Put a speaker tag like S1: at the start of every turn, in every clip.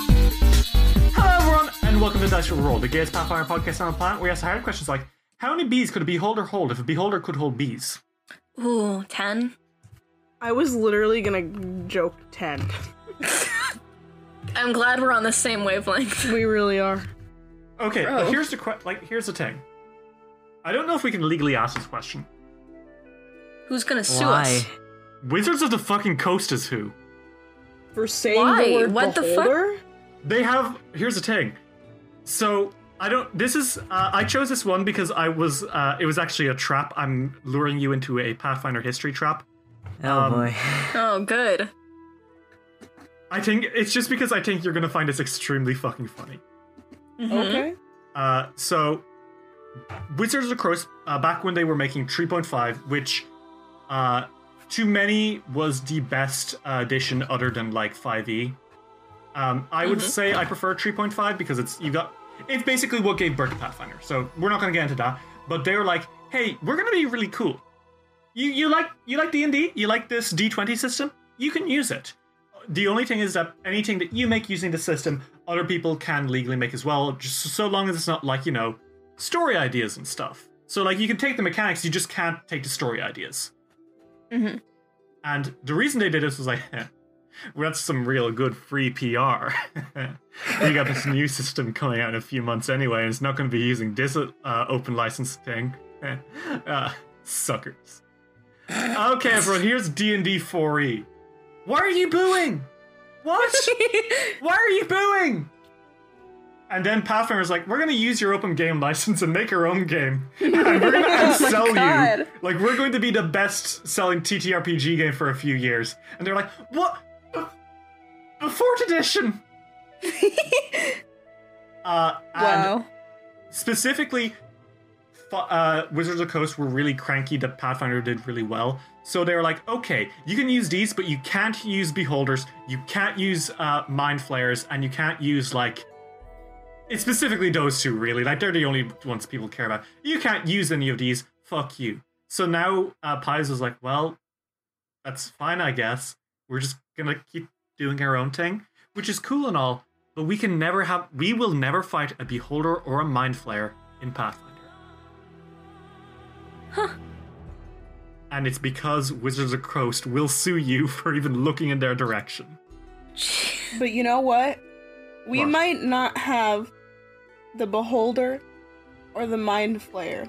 S1: Hello, everyone, and welcome to Dice Roll, the gayest Pathfinder podcast on the planet. We ask hard questions like, how many bees could a beholder hold if a beholder could hold bees?
S2: Ooh, 10.
S3: I was literally gonna joke 10.
S2: I'm glad we're on the same wavelength.
S3: We really are.
S1: Okay, but here's the que- like here's the thing. I don't know if we can legally ask this question.
S2: Who's gonna sue us?
S1: Wizards of the fucking coast is who?
S3: For saying
S2: Why?
S3: the word
S2: What the fuck?
S3: beholder?
S1: They have. Here's the thing. So I don't. This is. Uh, I chose this one because I was. Uh, it was actually a trap. I'm luring you into a Pathfinder history trap.
S4: Oh boy.
S2: Oh, good.
S1: I think it's just because I think you're gonna find this extremely fucking funny.
S2: Mm-hmm.
S3: Okay.
S1: Uh, so, Wizards of the Coast, uh, back when they were making 3.5, which uh, to many was the best uh, edition other than like 5e. Um, I would say I prefer 3.5 because it's you got it's basically what gave birth to Pathfinder. So we're not going to get into that, but they were like, "Hey, we're going to be really cool. You you like you like D and D? You like this D20 system? You can use it. The only thing is that anything that you make using the system, other people can legally make as well, just so long as it's not like you know story ideas and stuff. So like you can take the mechanics, you just can't take the story ideas.
S2: Mhm.
S1: And the reason they did this was like, eh, "Heh, well, that's some real good free PR. you got this new system coming out in a few months anyway, and it's not going to be using this uh, open license thing. uh, suckers. Okay, everyone, here's D&D 4e. Why E. are you booing? What? Why are you booing? And then Pathfinder's like, we're going to use your open game license and make our own game. And we're going to outsell you.
S3: God.
S1: Like, we're going to be the best selling TTRPG game for a few years. And they're like, what? The fourth edition! uh, and specifically fu- uh, wizards of the coast were really cranky that pathfinder did really well so they were like okay you can use these but you can't use beholders you can't use uh, mind flayers and you can't use like it's specifically those two really like they're the only ones people care about you can't use any of these fuck you so now uh, pies was like well that's fine i guess we're just gonna keep doing our own thing which is cool and all but we can never have we will never fight a beholder or a mind flayer in pathfinder and it's because wizards of the coast will sue you for even looking in their direction
S3: But you know what? We
S1: What?
S3: might not have the beholder or the mind flayer,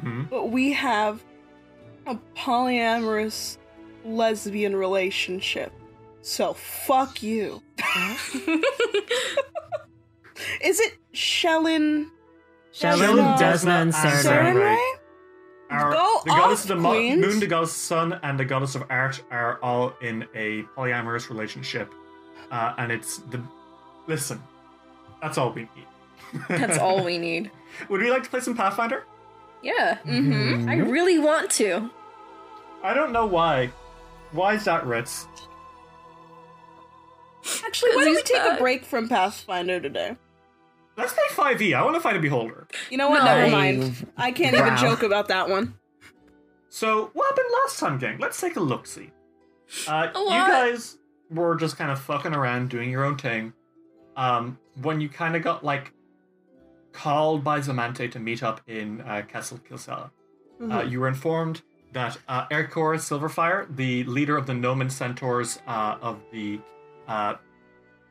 S1: hmm
S3: but we have a polyamorous lesbian relationship. So fuck you. Is it Shellen?
S4: Shellen,
S3: Shellen,
S4: Desna, and
S1: Desna, and
S4: Sarah.
S1: Sarah.
S3: Saren
S1: right.
S3: Ray?
S1: Our,
S3: Go
S1: the goddess
S3: off,
S1: of the mo-
S3: queens.
S1: moon the goddess of sun and the goddess of art are all in a polyamorous relationship uh, and it's the listen that's all we need
S2: That's all we need.
S1: would we like to play some pathfinder
S2: Yeah. mm-hmm. I really want to.
S1: i don't know why why is that ritz
S3: Actually,
S2: Because
S3: why don't we
S2: he's
S3: take
S2: back.
S3: a break from Pathfinder today?
S1: Let's play 5e. I want to fight a beholder.
S3: You know what?
S2: No.
S3: Never mind. I can't even
S4: Wow.
S3: joke about that one.
S1: So, what happened last time, gang? Let's take a look see. Uh,
S2: A
S1: you
S2: lot.
S1: guys were just kind of fucking around, doing your own thing. Um, when you kind of got, like,
S2: Mm-hmm.
S1: called by Zamante to meet up in uh, Castle Kilsella, uh, you were informed that uh, Erkor Silverfire, the leader of the Gnomon Centaurs uh, of the uh,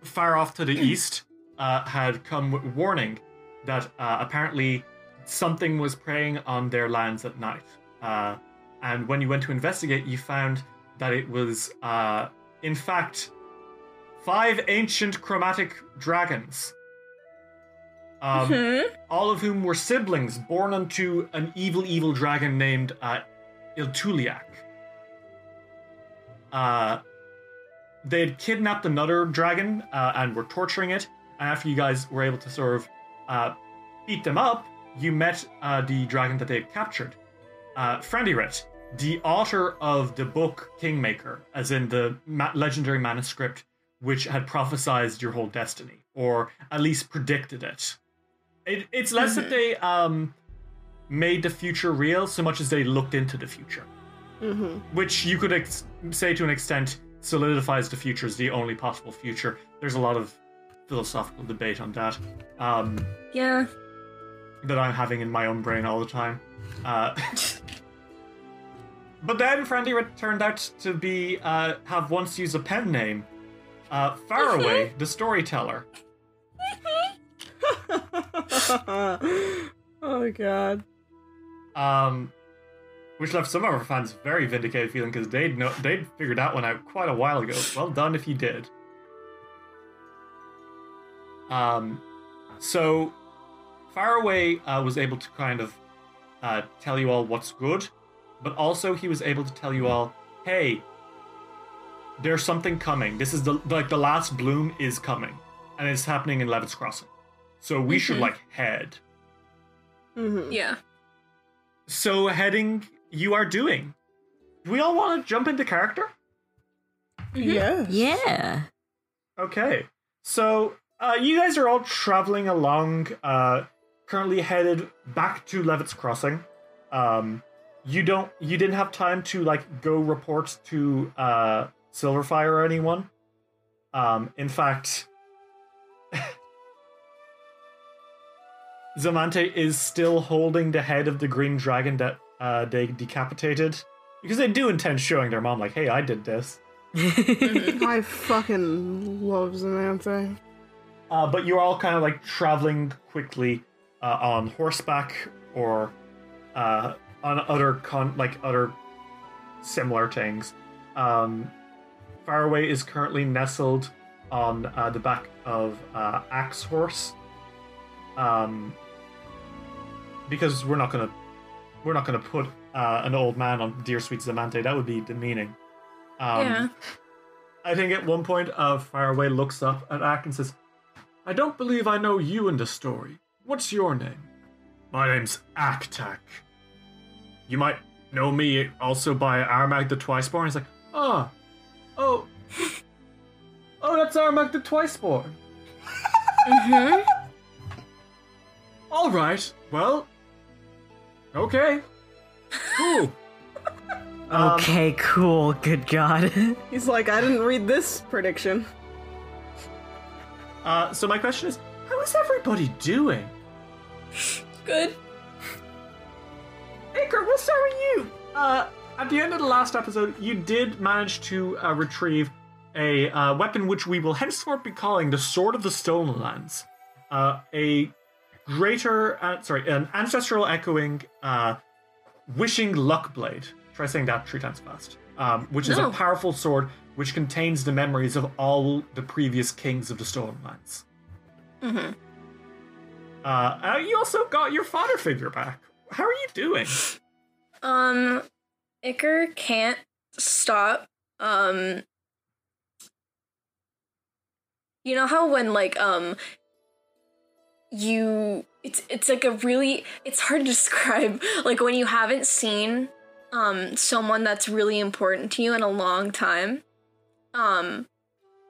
S1: far off to the east, uh, had come with warning that uh, apparently something was preying on their lands at night. Uh, and when you went to investigate, you found that it was, uh, in fact, five ancient chromatic dragons. Um,
S2: Hmm?
S1: all of whom were siblings born unto an evil, evil dragon named uh, Iltuliak. Uh, they had kidnapped another dragon uh, and were torturing it. And after you guys were able to sort of uh, beat them up, you met uh, the dragon that they had captured, uh, Frandiret, the author of the book Kingmaker, as in the ma- legendary manuscript which had prophesized your whole destiny, or at least predicted it. It, it's less that they um, made the future real so much as they looked into the future,
S3: Mm-hmm.
S1: which you could ex- say to an extent solidifies the future as the only possible future. There's a lot of philosophical debate on that um,
S2: Yeah.
S1: that I'm having in my own brain all the time. Uh, but then Friendly turned out to be uh, have once used a pen name, uh, Faraway, the storyteller.
S3: oh god.
S1: Um, which left some of our fans very vindicated feeling because they'd know, they'd figured that one out quite a while ago. Well done if you did. Um, so Faraway uh, was able to kind of uh, tell you all what's good, but also he was able to tell you all, hey, there's something coming. This is the like the last bloom is coming, and it's happening in Levitt's Crossing. So we should
S2: Mhm.
S1: like head.
S3: Mm-hmm.
S2: Yeah.
S1: So heading you are doing. Do we all want to jump into character?
S3: Yes.
S4: Yeah.
S1: Okay. So uh, you guys are all traveling along, uh, currently headed back to Levitt's Crossing. Um, you don't you didn't have time to like go report to uh, Silverfire or anyone. Um, in fact, Zamante is still holding the head of the green dragon that uh, they decapitated because they do intend showing their mom like, "Hey, I did this."
S3: I fucking love Zamantha.
S1: Uh, but you're all kind of like traveling quickly uh, on horseback or uh, on other con- like other similar things. Um, Faraway is currently nestled on uh, the back of uh, Axe Horse, um, because we're not gonna we're not gonna put uh, an old man on dear sweet Zamante. That would be demeaning. Um,
S2: yeah.
S1: I think at one point, uh, Faraway looks up at Ack and says, I don't believe I know you in the story. What's your name? My name's Aktak. You might know me also by Armag the Twiceborn. He's like, ah, oh, oh, that's Armag the Twiceborn.
S2: Mm-hmm.
S1: All right, well, okay, cool. Um,
S4: okay, cool. Good God.
S3: He's like, I didn't read this prediction.
S1: uh, so my question is, how is everybody doing?
S2: Good.
S1: Iker, we'll start with you. Uh, at the end of the last episode, you did manage to uh, retrieve a uh, weapon which we will henceforth be calling the Sword of the Stolen Lands. Uh, a greater, uh, sorry, an ancestral echoing uh, wishing luck blade. Try saying that three times fast. Um, which is a
S2: No.
S1: powerful sword which contains the memories of all the previous kings of the Stolen Lands.
S2: Mm-hmm.
S1: Uh, uh, you also got your father figure back. How are you doing?
S2: Um, Icker can't stop. Um, you know how when like um, you it's it's like a really it's hard to describe. Like when you haven't seen um someone that's really important to you in a long time, um,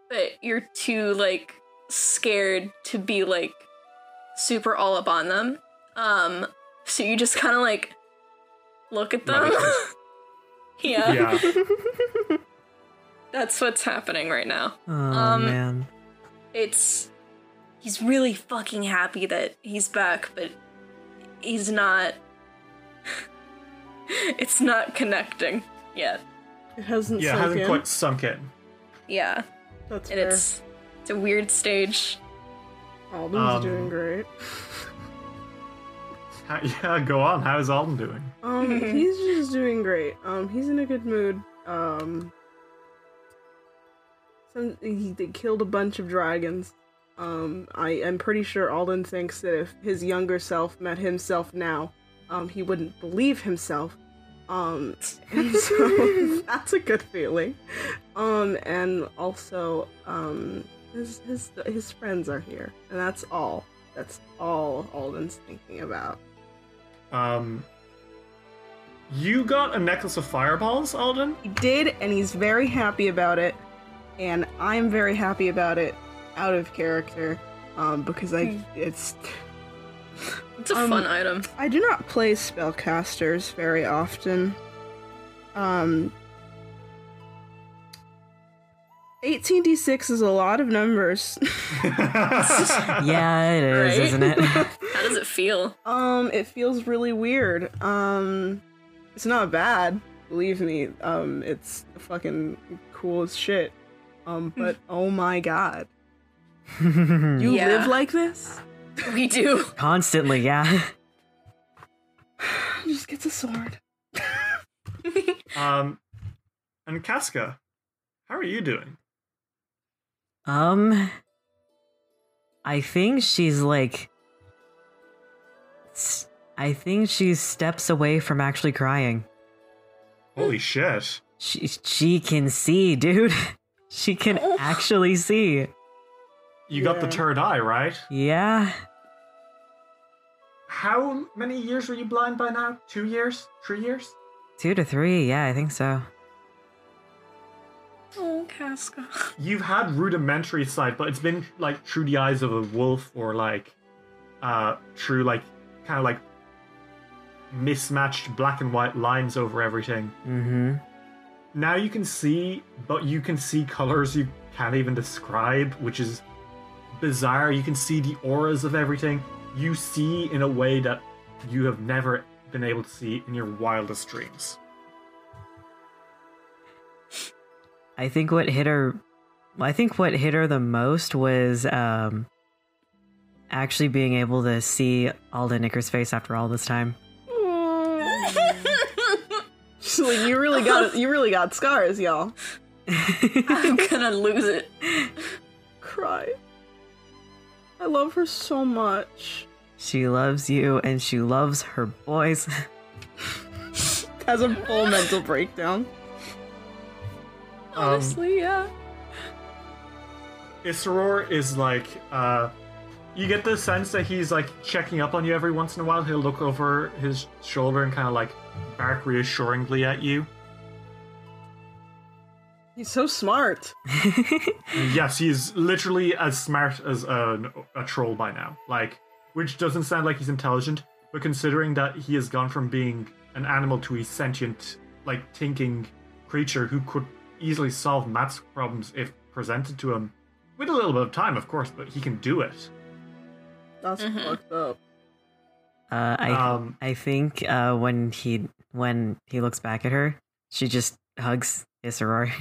S2: but you're too like scared to be like super all up on them. Um, so you just kind of like look at them.
S1: Meditate.
S2: yeah, that's what's happening right now.
S4: Oh,
S2: Um,
S4: man.
S2: It's he's really fucking happy that he's back, but he's not it's not connecting yet.
S3: It hasn't
S1: Yeah, it
S3: sunk
S1: hasn't
S3: in.
S1: quite sunk in.
S2: Yeah,
S3: That's
S2: and
S3: fair.
S2: it's it's a weird stage.
S3: Alden's
S1: um,
S3: doing great.
S1: Ha- Yeah, go on. How is Alden doing?
S3: Um, he's just doing great. Um, he's in a good mood. Um, some he they killed a bunch of dragons. Um, I am pretty sure Alden thinks that if his younger self met himself now, um, he wouldn't believe himself. Um, and so that's a good feeling. Um, and also, um, his his his friends are here, and that's all. That's all Alden's thinking about.
S1: Um, you got a necklace of fireballs, Alden.
S3: He did, and he's very happy about it. And I'm very happy about it out of character. Um, because I it's
S2: It's a
S3: Um,
S2: fun item.
S3: I do not play spellcasters very often. Um 18d6 is a lot of numbers.
S4: Yeah, it is,
S2: Right?
S4: isn't it?
S2: How does it feel?
S3: Um, it feels really weird. Um, it's not bad, believe me. Um, it's fucking cool as shit. Um, but oh my god, you
S2: Yeah.
S3: live like this?
S2: We do.
S4: Constantly, yeah.
S3: Just gets a sword.
S1: um, and Casca, how are you doing?
S4: Um, I think she's like. s- I think she's steps away from actually crying.
S1: Holy shit!
S4: She she can see, dude. She can
S2: Oh.
S4: actually see.
S1: You got the
S3: Yeah.
S1: third eye, right?
S4: Yeah,
S1: How many years were you blind by now? Two years? Three years?
S4: two to three. Yeah, I think so.
S2: Oh, Casca.
S1: You've had rudimentary sight, but it's been like through the eyes of a wolf or like uh through like kind of like mismatched black and white lines over everything.
S4: Mm-hmm.
S1: Now you can see, but you can see colors you can't even describe, which is bizarre. You can see the auras of everything. You see in a way that you have never been able to see in your wildest dreams.
S4: I think what hit her I think what hit her the most was um actually being able to see Alden Nicker's face after all this time.
S3: She's like, you really got you really got scars, y'all.
S2: I'm gonna lose it.
S3: Cry. I love her so much.
S4: she loves you and she loves her boys.
S3: Has a full mental breakdown.
S2: Honestly, yeah.
S1: Isseror is like, uh, you get the sense that he's like checking up on you every once in a while. He'll look over his shoulder and kind of like bark reassuringly at you.
S3: He's so smart.
S1: yes, he's literally as smart as an, a troll by now. Like, which doesn't sound like he's intelligent, but considering that he has gone from being an animal to a sentient, like, thinking creature who could easily solve maths problems if presented to him, with a little bit of time, of course, but he can do it.
S3: That's
S2: Mhm.
S3: fucked up.
S4: Uh I
S1: Um,
S4: I think uh when he when he looks back at her, she just hugs Isseror.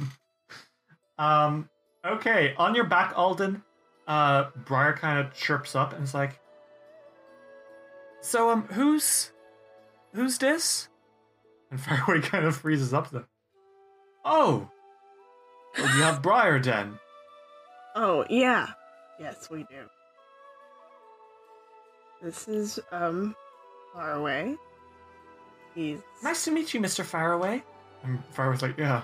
S1: um, okay, on your back, Alden, uh, Briar kind of chirps up and is like, "So, um, who's, who's this?" And Fireway kind of freezes up. Then, oh, well, you have Briar then.
S3: Oh, yeah. Yes, we do. This is, um, far away. He's.
S1: Nice to meet you, Mister Faraway. And Faraway's like, "Yeah,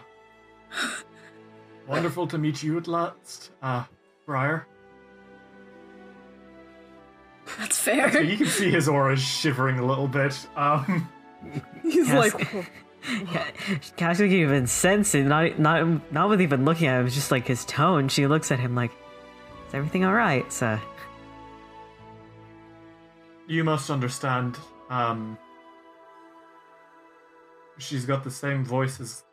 S1: wonderful to meet you at last, uh, Briar."
S2: That's fair.
S1: So you can see his aura shivering a little bit. Um.
S3: He's
S4: Yes.
S3: like. "Oh,
S4: Cassie can even sense it, not not not with even looking at him, just like his tone. She looks at him like, Is everything alright, sir?
S1: You must understand. Um, she's got the same voice as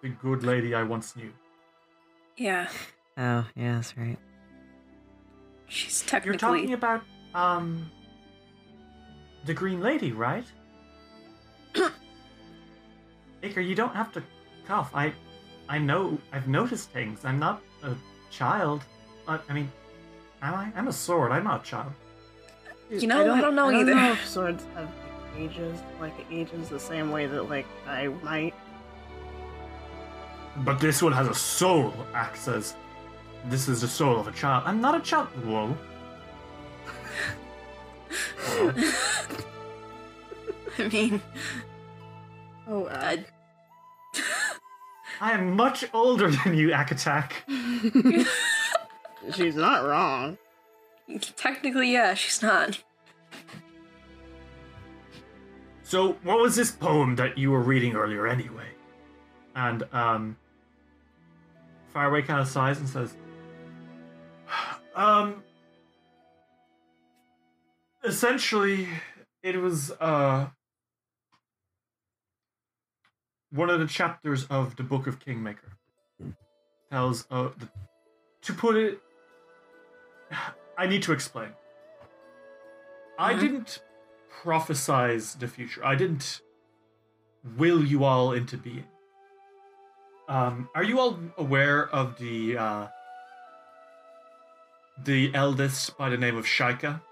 S1: the good lady I once knew.
S2: yeah,
S4: Oh, yeah, that's right.
S2: she's
S1: You're
S2: technically.
S1: talking about um, the Green Lady, right? Baker, you don't have to cough. I, I know. I've noticed things. I'm not a child. I, I mean, am I? I'm a sword. I'm not a child.
S2: You know, I don't know either.
S3: know if swords have ages, like ages, the same way that like I might.
S1: But this one has a soul. Axe says, "This is the soul of a child. I'm not a child." Whoa.
S2: I mean,
S3: Oh,
S2: uh,
S1: I am much older than you, Akatak.
S3: she's not wrong.
S2: technically, yeah, she's not.
S1: So, what was this poem that you were reading earlier, anyway? And um, Faraway kind of sighs and says, "Um, essentially, it was uh one of the chapters of the Book of Kingmaker tells uh the, to put it. I need to explain. I
S2: Mhm.
S1: didn't prophesize the future. I didn't will you all into being. Um, are you all aware of the uh, the eldest by the name of Shaika?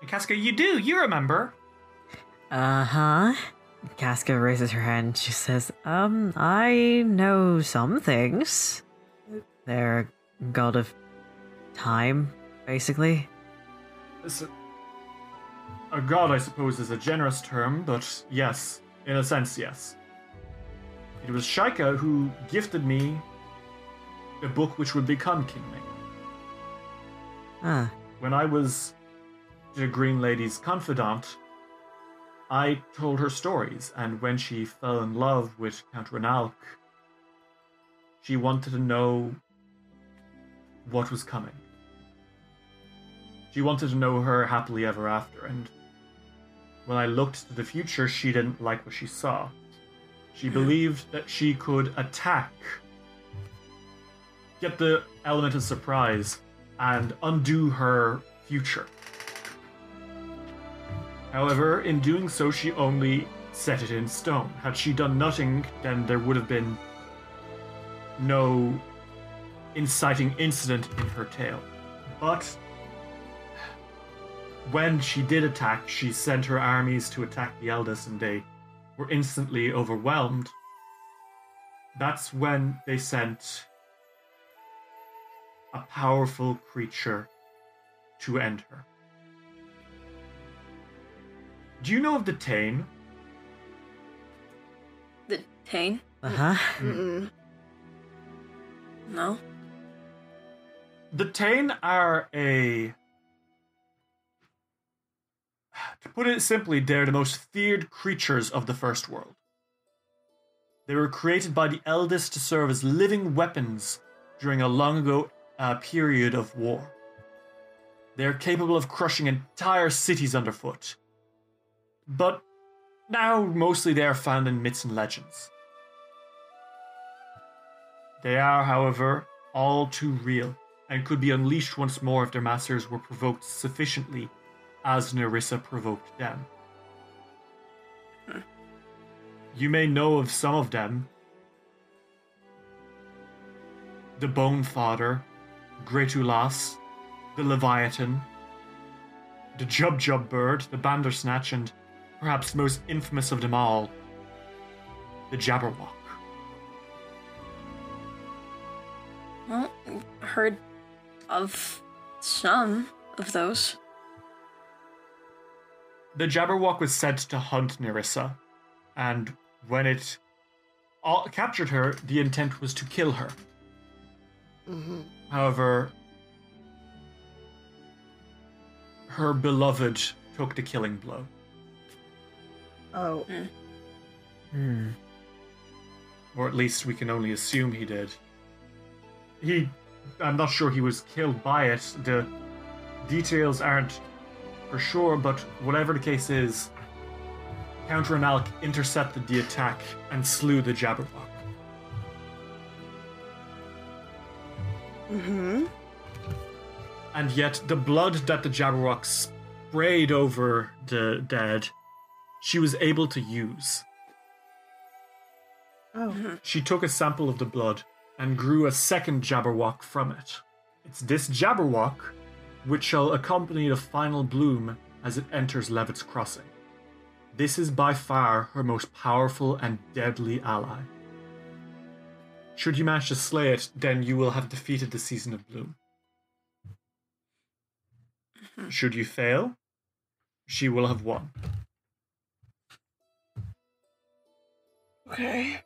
S1: And Casca, you do. You remember?
S4: Uh huh. Casca raises her hand. She says, Um, I know some things. They're a god of time, basically.
S1: It's a, a god, I suppose, is a generous term, but yes, in a sense, yes. It was Shaika who gifted me the book which would become Kingmaker.
S4: Huh.
S1: when I was the Green Lady's confidant, I told her stories, and when she fell in love with Count Renalk, she wanted to know what was coming. She wanted to know her happily ever after, and when I looked to the future, she didn't like what she saw. She believed that she could attack, get the element of surprise, and undo her future. However, in doing so, she only set it in stone. Had she done nothing, then there would have been no inciting incident in her tale. But when she did attack, she sent her armies to attack the eldest, and they were instantly overwhelmed. That's when they sent a powerful creature to end her. Do you know of the Tane?
S2: The Tane?
S4: Uh huh.
S3: Mm-mm.
S2: No.
S1: The Tane are a. To put it simply, they're the most feared creatures of the First World. They were created by the Eldest to serve as living weapons during a long ago uh, period of war. They are capable of crushing entire cities underfoot. But now, mostly, they are found in myths and legends. They are, however, all too real and could be unleashed once more if their masters were provoked sufficiently as Nerissa provoked them. You may know of some of them. The Bone Father, Gretulas, the Leviathan, the Jub Jub Bird, the Bandersnatch, and perhaps most infamous of them all, the Jabberwock.
S2: Well, heard of some of those.
S1: the Jabberwock was sent to hunt Nerissa, and when it all captured her, the intent was to kill her. However, her beloved took the killing blow.
S3: Oh,
S4: Hmm.
S1: or at least we can only assume he did. He, I'm not sure he was killed by it. The details aren't for sure, but whatever the case is, Count Ranalk intercepted the attack and slew the Jabberwock.
S3: mm-hmm.
S1: And yet, the blood that the Jabberwock sprayed over the dead, she was able to use.
S3: Oh.
S1: She took a sample of the blood and grew a second Jabberwock from it. It's this Jabberwock which shall accompany the final bloom as it enters Levitt's Crossing. This is by far her most powerful and deadly ally. Should you manage to slay it, then you will have defeated the Season of Bloom. Should you fail, she will have won.
S3: Okay.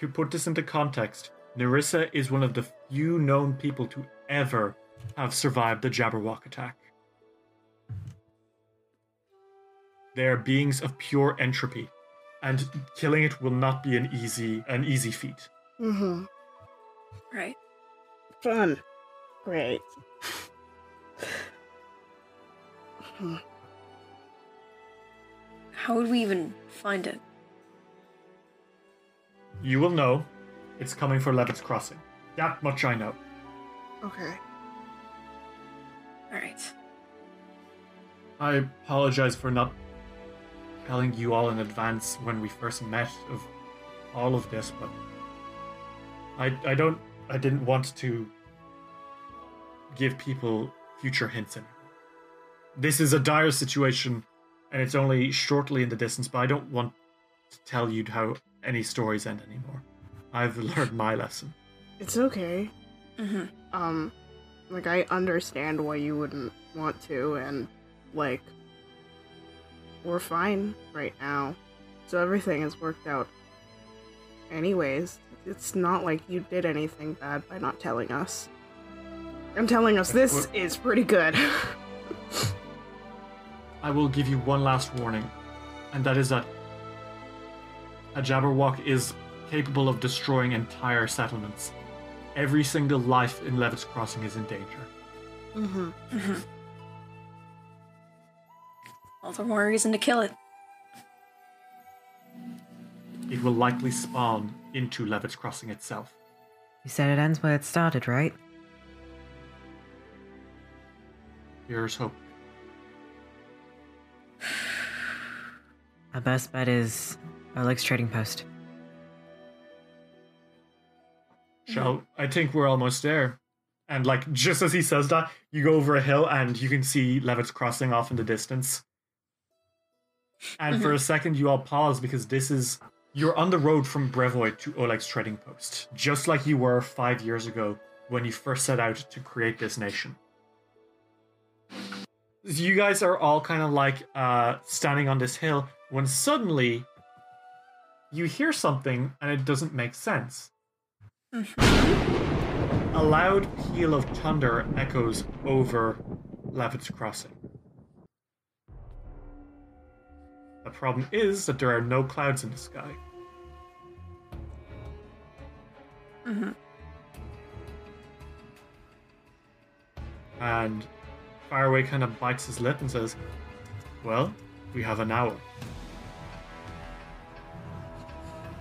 S1: To put this into context, Nerissa is one of the few known people to ever have survived the Jabberwock attack. They are beings of pure entropy, and killing it will not be an easy an easy feat.
S3: Mm-hmm.
S2: Right.
S3: Fun. Great.
S2: How would we even find it?
S1: You will know it's coming for Levitt's Crossing. That much I know.
S3: Okay.
S2: All right.
S1: I apologize for not telling you all in advance when we first met of all of this, but I I don't I didn't want to give people future hints anymore. This is a dire situation and it's only shortly in the distance, but I don't want to tell you how any stories end anymore. I've learned my lesson.
S3: It's okay.
S2: Mm-hmm.
S3: Um, like I understand why you wouldn't want to, and like we're fine right now, so everything has worked out. Anyways, it's not like you did anything bad by not telling us. I'm telling us this
S1: What-
S3: is pretty good.
S1: I will give you one last warning, and that is that a Jabberwock is capable of destroying entire settlements. Every single life in Levitt's Crossing is in danger.
S3: mm-hmm.
S2: All the more reason to kill it.
S1: It will likely spawn into Levitt's Crossing itself.
S4: You said it ends where it started, right?
S1: Here's hope.
S4: Our best bet is Oleg's trading post.
S1: Shall I think we're almost there. And like just as he says that, you go over a hill and you can see Levitt's crossing off in the distance. And for a second you all pause because this is you're on the road from Brevoid to Oleg's trading post, just like you were five years ago when you first set out to create this nation. You guys are all kind of like uh, standing on this hill when suddenly you hear something and it doesn't make sense. A loud peal of thunder echoes over Levitt's Crossing. The problem is that there are no clouds in the sky. And Faraway kind of bites his lip and says, Well, we have an hour.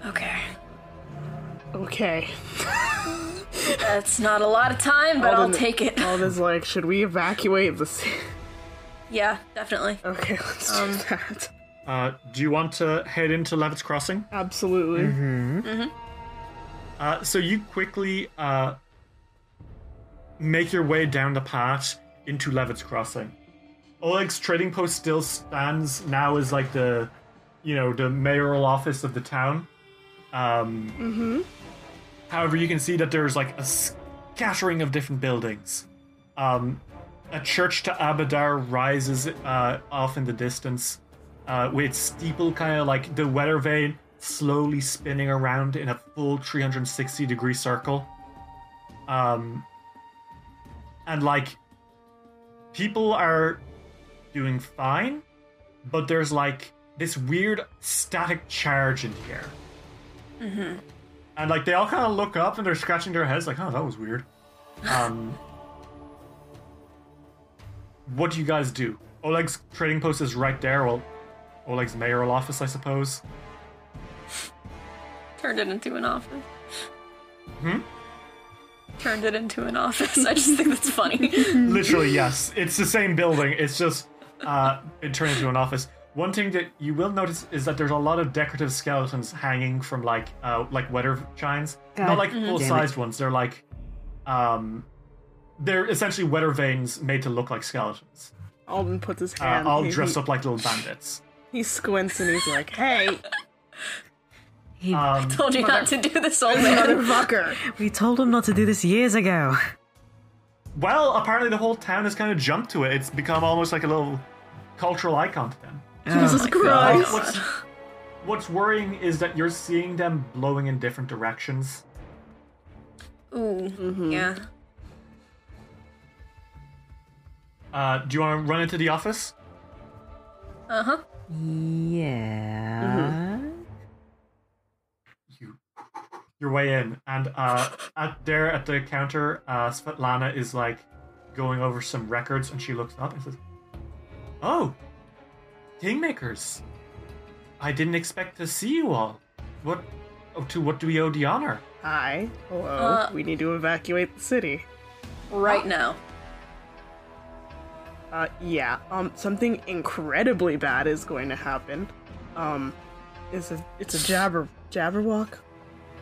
S2: Okay.
S3: Okay.
S2: That's not a lot of time, but I'll
S3: Alden-
S2: take it.
S3: Alden's like, should we evacuate the city?
S2: Yeah, definitely.
S3: Okay, let's
S2: Um,
S3: do that.
S1: Uh, do you want to head into Levitt's Crossing?
S3: Absolutely.
S1: Mm-hmm. Uh, so you quickly uh, make your way down the path into Levitt's Crossing. Oleg's trading post still stands now as like the, you know, the mayoral office of the town. Um, However, you can see that there's like a scattering of different buildings. Um, a church to Abadar rises uh, off in the distance, uh, with steeple kind of like the weather vane slowly spinning around in a full 360 degree circle. Um, and like people are doing fine, but there's like this weird static charge in the air. And like they all kind of look up and they're scratching their heads, like, "Oh, that was weird." Um, what do you guys do? Oleg's trading post is right there. Well, Oleg's mayoral office, I suppose.
S2: Turned it into an office.
S1: Hmm?
S2: Turned it into an office. I just think that's funny.
S1: Literally, yes. It's the same building. It's just uh, it turned into an office. One thing that you will notice is that there's a lot of decorative skeletons hanging from like uh, like weather chines.
S4: God
S1: Not like
S4: damn it.
S1: full sized ones. They're like, um, they're essentially weather veins made to look like skeletons.
S3: Alden puts his
S1: Uh,
S3: hand.
S1: all
S3: he,
S1: dressed
S3: he,
S1: up like little bandits.
S3: He squints and he's like, "Hey,
S4: He,
S1: Um,
S2: Told you not to do this, old man.
S3: motherfucker!"
S4: we told him not to do this years ago.
S1: well, apparently the whole town has kind of jumped to it. It's become almost like a little cultural icon to them.
S4: Oh.
S3: Jesus
S1: What's-
S3: Christ!
S1: what's, what's worrying is that you're seeing them blowing in different directions.
S2: Ooh, yeah.
S1: Uh, do you want to run into the office?
S2: Uh huh.
S4: Yeah.
S1: You, your way in, and uh, at there at the counter, uh, Svetlana is like going over some records, and she looks up and says, "Oh, Kingmakers! I didn't expect to see you all. What? oh, To what do we owe the honor?"
S3: Hi, hello.
S2: Uh,
S3: we need to evacuate the city.
S2: Right now.
S3: Uh, yeah. Um, something incredibly bad is going to happen. Um, it's a it's a jabber jabberwock,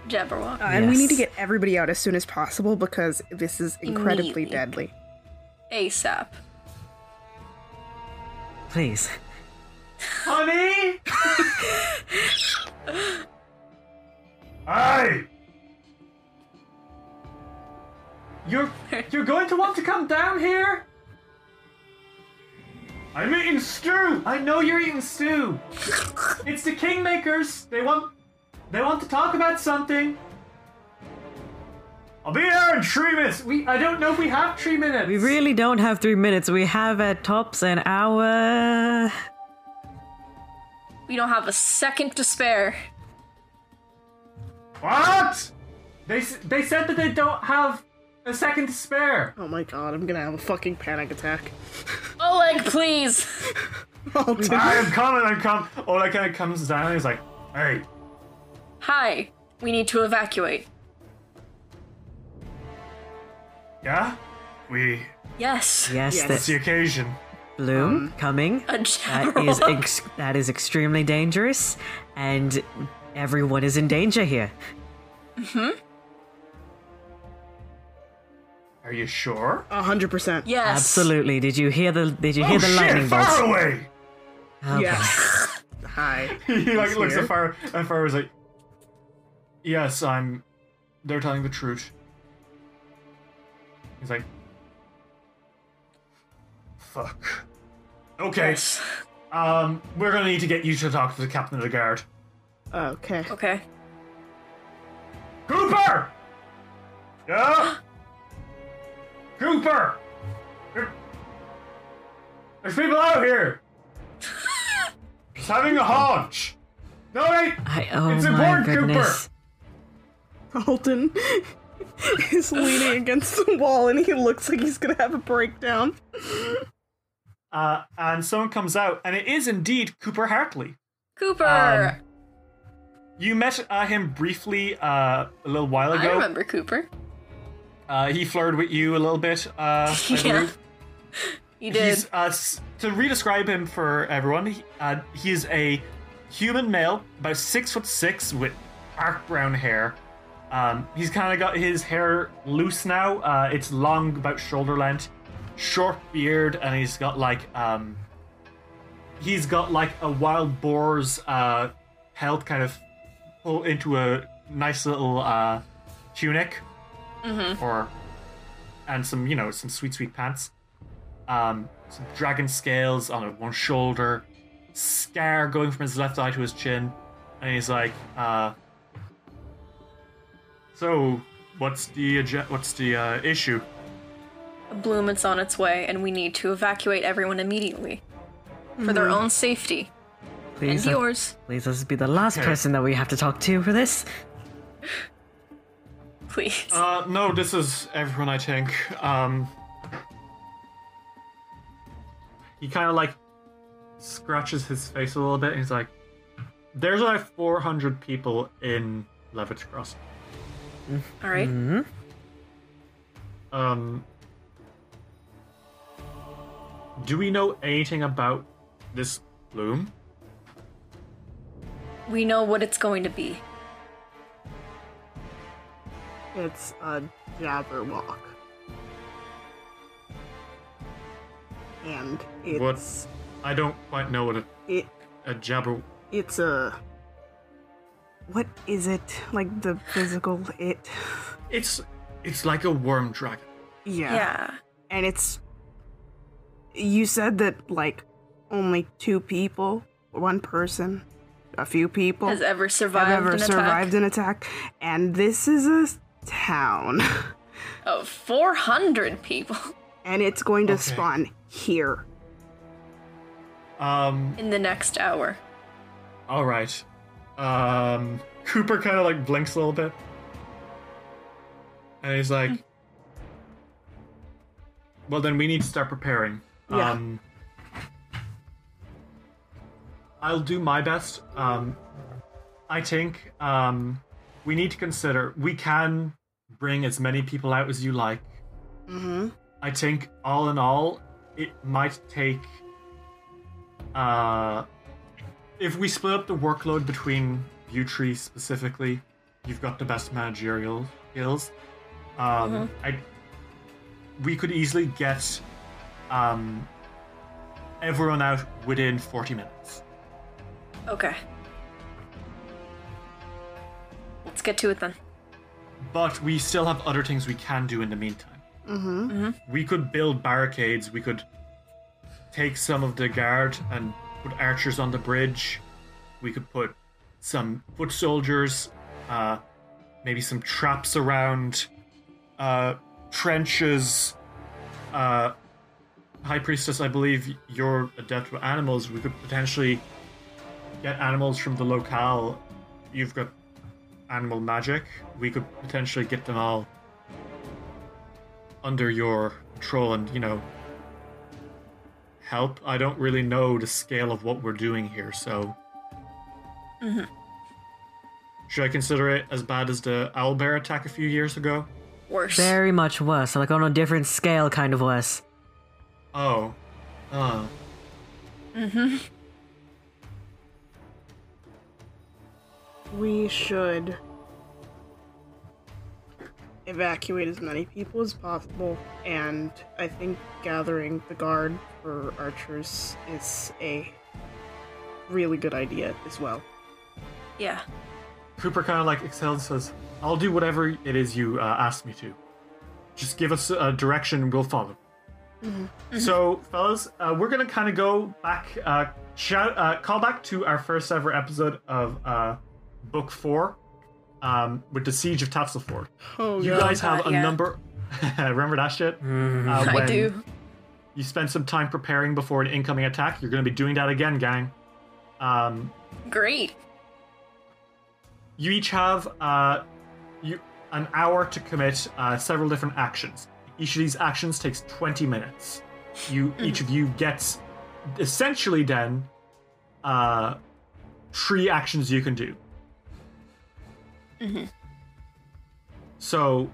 S2: Jabberwock.
S3: uh, and we need to
S4: Yes.
S3: get everybody out as soon as possible because this is incredibly
S2: Immediately.
S3: deadly.
S2: ASAP.
S4: Please.
S1: Honey! hey! You're you're going to want to come down here? I'm eating stew! I know you're eating stew! it's the Kingmakers! They want they want to talk about something. I'll be there in three minutes. We I don't know if we have three minutes.
S4: We really don't have three minutes. We have at tops an hour.
S2: We don't have a second to spare.
S1: What? They s- they said that they don't have a second to spare.
S3: Oh my god, I'm gonna have a fucking panic attack.
S2: Oleg, please.
S3: Alden,
S1: I am coming. I'm coming. Ola kind of comes down. and He's like, "Hey,
S2: Hi. We need to evacuate.
S1: yeah, we.
S2: Yes.
S4: Yes,
S3: Yes.
S1: It's the occasion.
S4: that bloom coming.
S2: A
S4: That
S2: Jabberwock.
S4: is ex- that is extremely dangerous, and everyone is in danger here.
S1: Are you sure?
S3: hundred percent.
S2: yes.
S4: Absolutely. Did you hear the Did
S1: Oh,
S4: you hear the lightning bolts?
S1: away! Oh.
S4: Okay.
S3: Yes. Hi.
S1: he like looks
S3: here.
S1: at fire, and fire is like, "Yes, I'm. They're telling the truth." He's like, "Fuck." Okay.
S2: Yes.
S1: Um, we're gonna need to get you to talk to the captain of the guard.
S3: Okay.
S2: Okay.
S1: Cooper! Yeah? Cooper! There- There's people out here! Just having a hodge! No, wait!
S4: I, oh
S1: It's
S4: my
S1: important, Cooper.
S4: goodness.
S3: Alden is leaning against the wall and he looks like he's gonna have a breakdown.
S1: Uh, and someone comes out, and it is indeed Cooper Hartley.
S2: Cooper.
S1: You met uh, him briefly uh, a little while
S2: I
S1: ago.
S2: remember Cooper.
S1: Uh, he flirted with you a little bit. Uh, I
S2: yeah.
S1: believe.
S2: You did.
S1: He's, uh, s- to redescribe him for everyone, he, uh, he is a human male, about six foot six, with dark brown hair. Um, he's kind of got his hair loose now. Uh, it's long, about shoulder length, short beard, and he's got like um, he's got like a wild boar's uh, pelt kind of pulled into a nice little uh, tunic, or and some you know some sweet sweet pants um, some dragon scales on one shoulder, scar going from his left eye to his chin, and he's like, uh, "So, what's the agen- what's the uh, issue?"
S2: A bloom is on its way, and we need to evacuate everyone immediately for their own safety
S4: Please, uh,
S2: and yours.
S4: please, let's be the last
S1: Okay.
S4: person that we have to talk to for this.
S2: Please.
S1: Uh, no, this is everyone, I think. Um, he kind of like scratches his face a little bit, and he's like, "There's like 400 people in Levitt's Crossing."
S2: All right.
S1: Um, do we know anything about this bloom?
S2: We know what it's going to be.
S3: It's a Jabberwock. And
S1: What?
S3: it's
S1: I don't quite know what a,
S3: it
S1: a jabber.
S3: it's a what is it? Like the physical it.
S1: It's it's like a worm dragon.
S3: Yeah.
S2: Yeah.
S3: And it's you said that like only two people, one person, a few people
S2: Has ever
S3: have
S2: survived
S3: ever
S2: an
S3: survived
S2: attack
S3: an attack, and this is a town.
S2: of 400 people
S3: and it's going to
S1: Okay.
S3: spawn here.
S1: Um.
S2: in the next hour.
S1: All right. Um. Cooper kind of like blinks a little bit, and he's like, "Well, then we need to start preparing."
S3: Yeah.
S1: Um. I'll do my best. Um. I think um, we need to consider we can bring as many people out as you like.
S3: Mm-hmm.
S1: I think all in all, it might take. Uh, if we split up the workload between you tree specifically, you've got the best managerial skills. Um, I, we could easily get um, everyone out within 40 minutes.
S2: Okay. Let's get to it then.
S1: But we still have other things we can do in the meantime.
S3: Mm-hmm.
S1: We could build barricades. We could take some of the guard and put archers on the bridge. We could put some foot soldiers, uh, maybe some traps around, uh, trenches. Uh, High Priestess, I believe you're adept with animals. We could potentially get animals from the locale. You've got animal magic. We could potentially get them all under your control and you know help i don't really know the scale of what we're doing here so should i consider it as bad as the owl bear attack a few years ago
S2: Worse.
S4: Very much worse, like on a different scale, kind of worse.
S1: oh uh
S3: We should evacuate as many people as possible, and I think gathering the guard for archers is a really good idea as well.
S2: Yeah.
S1: cooper kind of like excels and says i'll do whatever it is you uh, asked me to just give us a direction we'll follow
S2: Mm-hmm.
S1: so fellas uh, we're gonna kind of go back uh, shout uh, call back to our first ever episode of uh, book four um, with the siege of Tatzelford.
S3: Oh,
S1: you guys have a
S2: yeah. Mm-hmm.
S1: number remember that shit Uh,
S2: I
S1: when
S2: do.
S1: you spend some time preparing before an incoming attack you're gonna be doing that again gang um,
S2: Great.
S1: you each have uh, you an hour to commit uh, several different actions. Each of these actions takes 20 minutes. You each of you gets essentially then uh, three actions you can do. So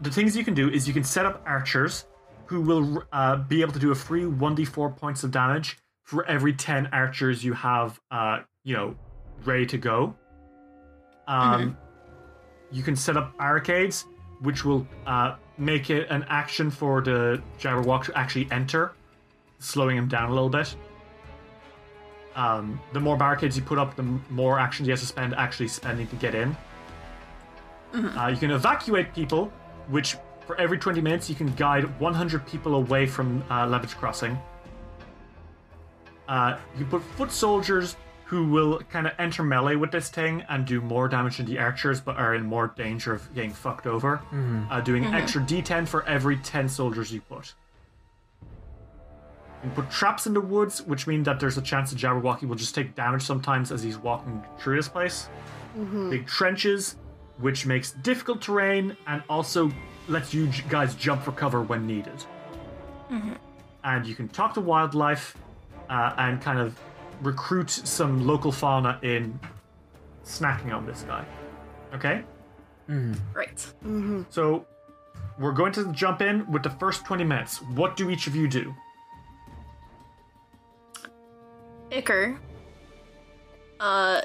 S1: the things you can do is you can set up archers who will uh, be able to do a free 1d4 points of damage for every 10 archers you have uh, you know ready to go. Um, You can set up barricades, which will uh, make it an action for the Jabberwock to actually enter, slowing him down a little bit. Um, the more barricades you put up, the m- more actions he has to spend actually spending to get in. Uh, you can evacuate people, which for every 20 minutes you can guide 100 people away from uh, Levitt's Crossing. Uh, you put foot soldiers who will kind of enter melee with this thing and do more damage than the archers, but are in more danger of getting fucked over. Uh, doing extra d10 for every 10 soldiers you put. You put traps in the woods, which mean that there's a chance the Jabberwocky will just take damage sometimes as he's walking through this place. Big trenches, which makes difficult terrain and also lets you j- guys jump for cover when needed. And you can talk to wildlife uh, and kind of recruit some local fauna in snacking on this guy. Okay?
S2: Right.
S1: So we're going to jump in with the first 20 minutes. What do each of you do?
S2: Icker uh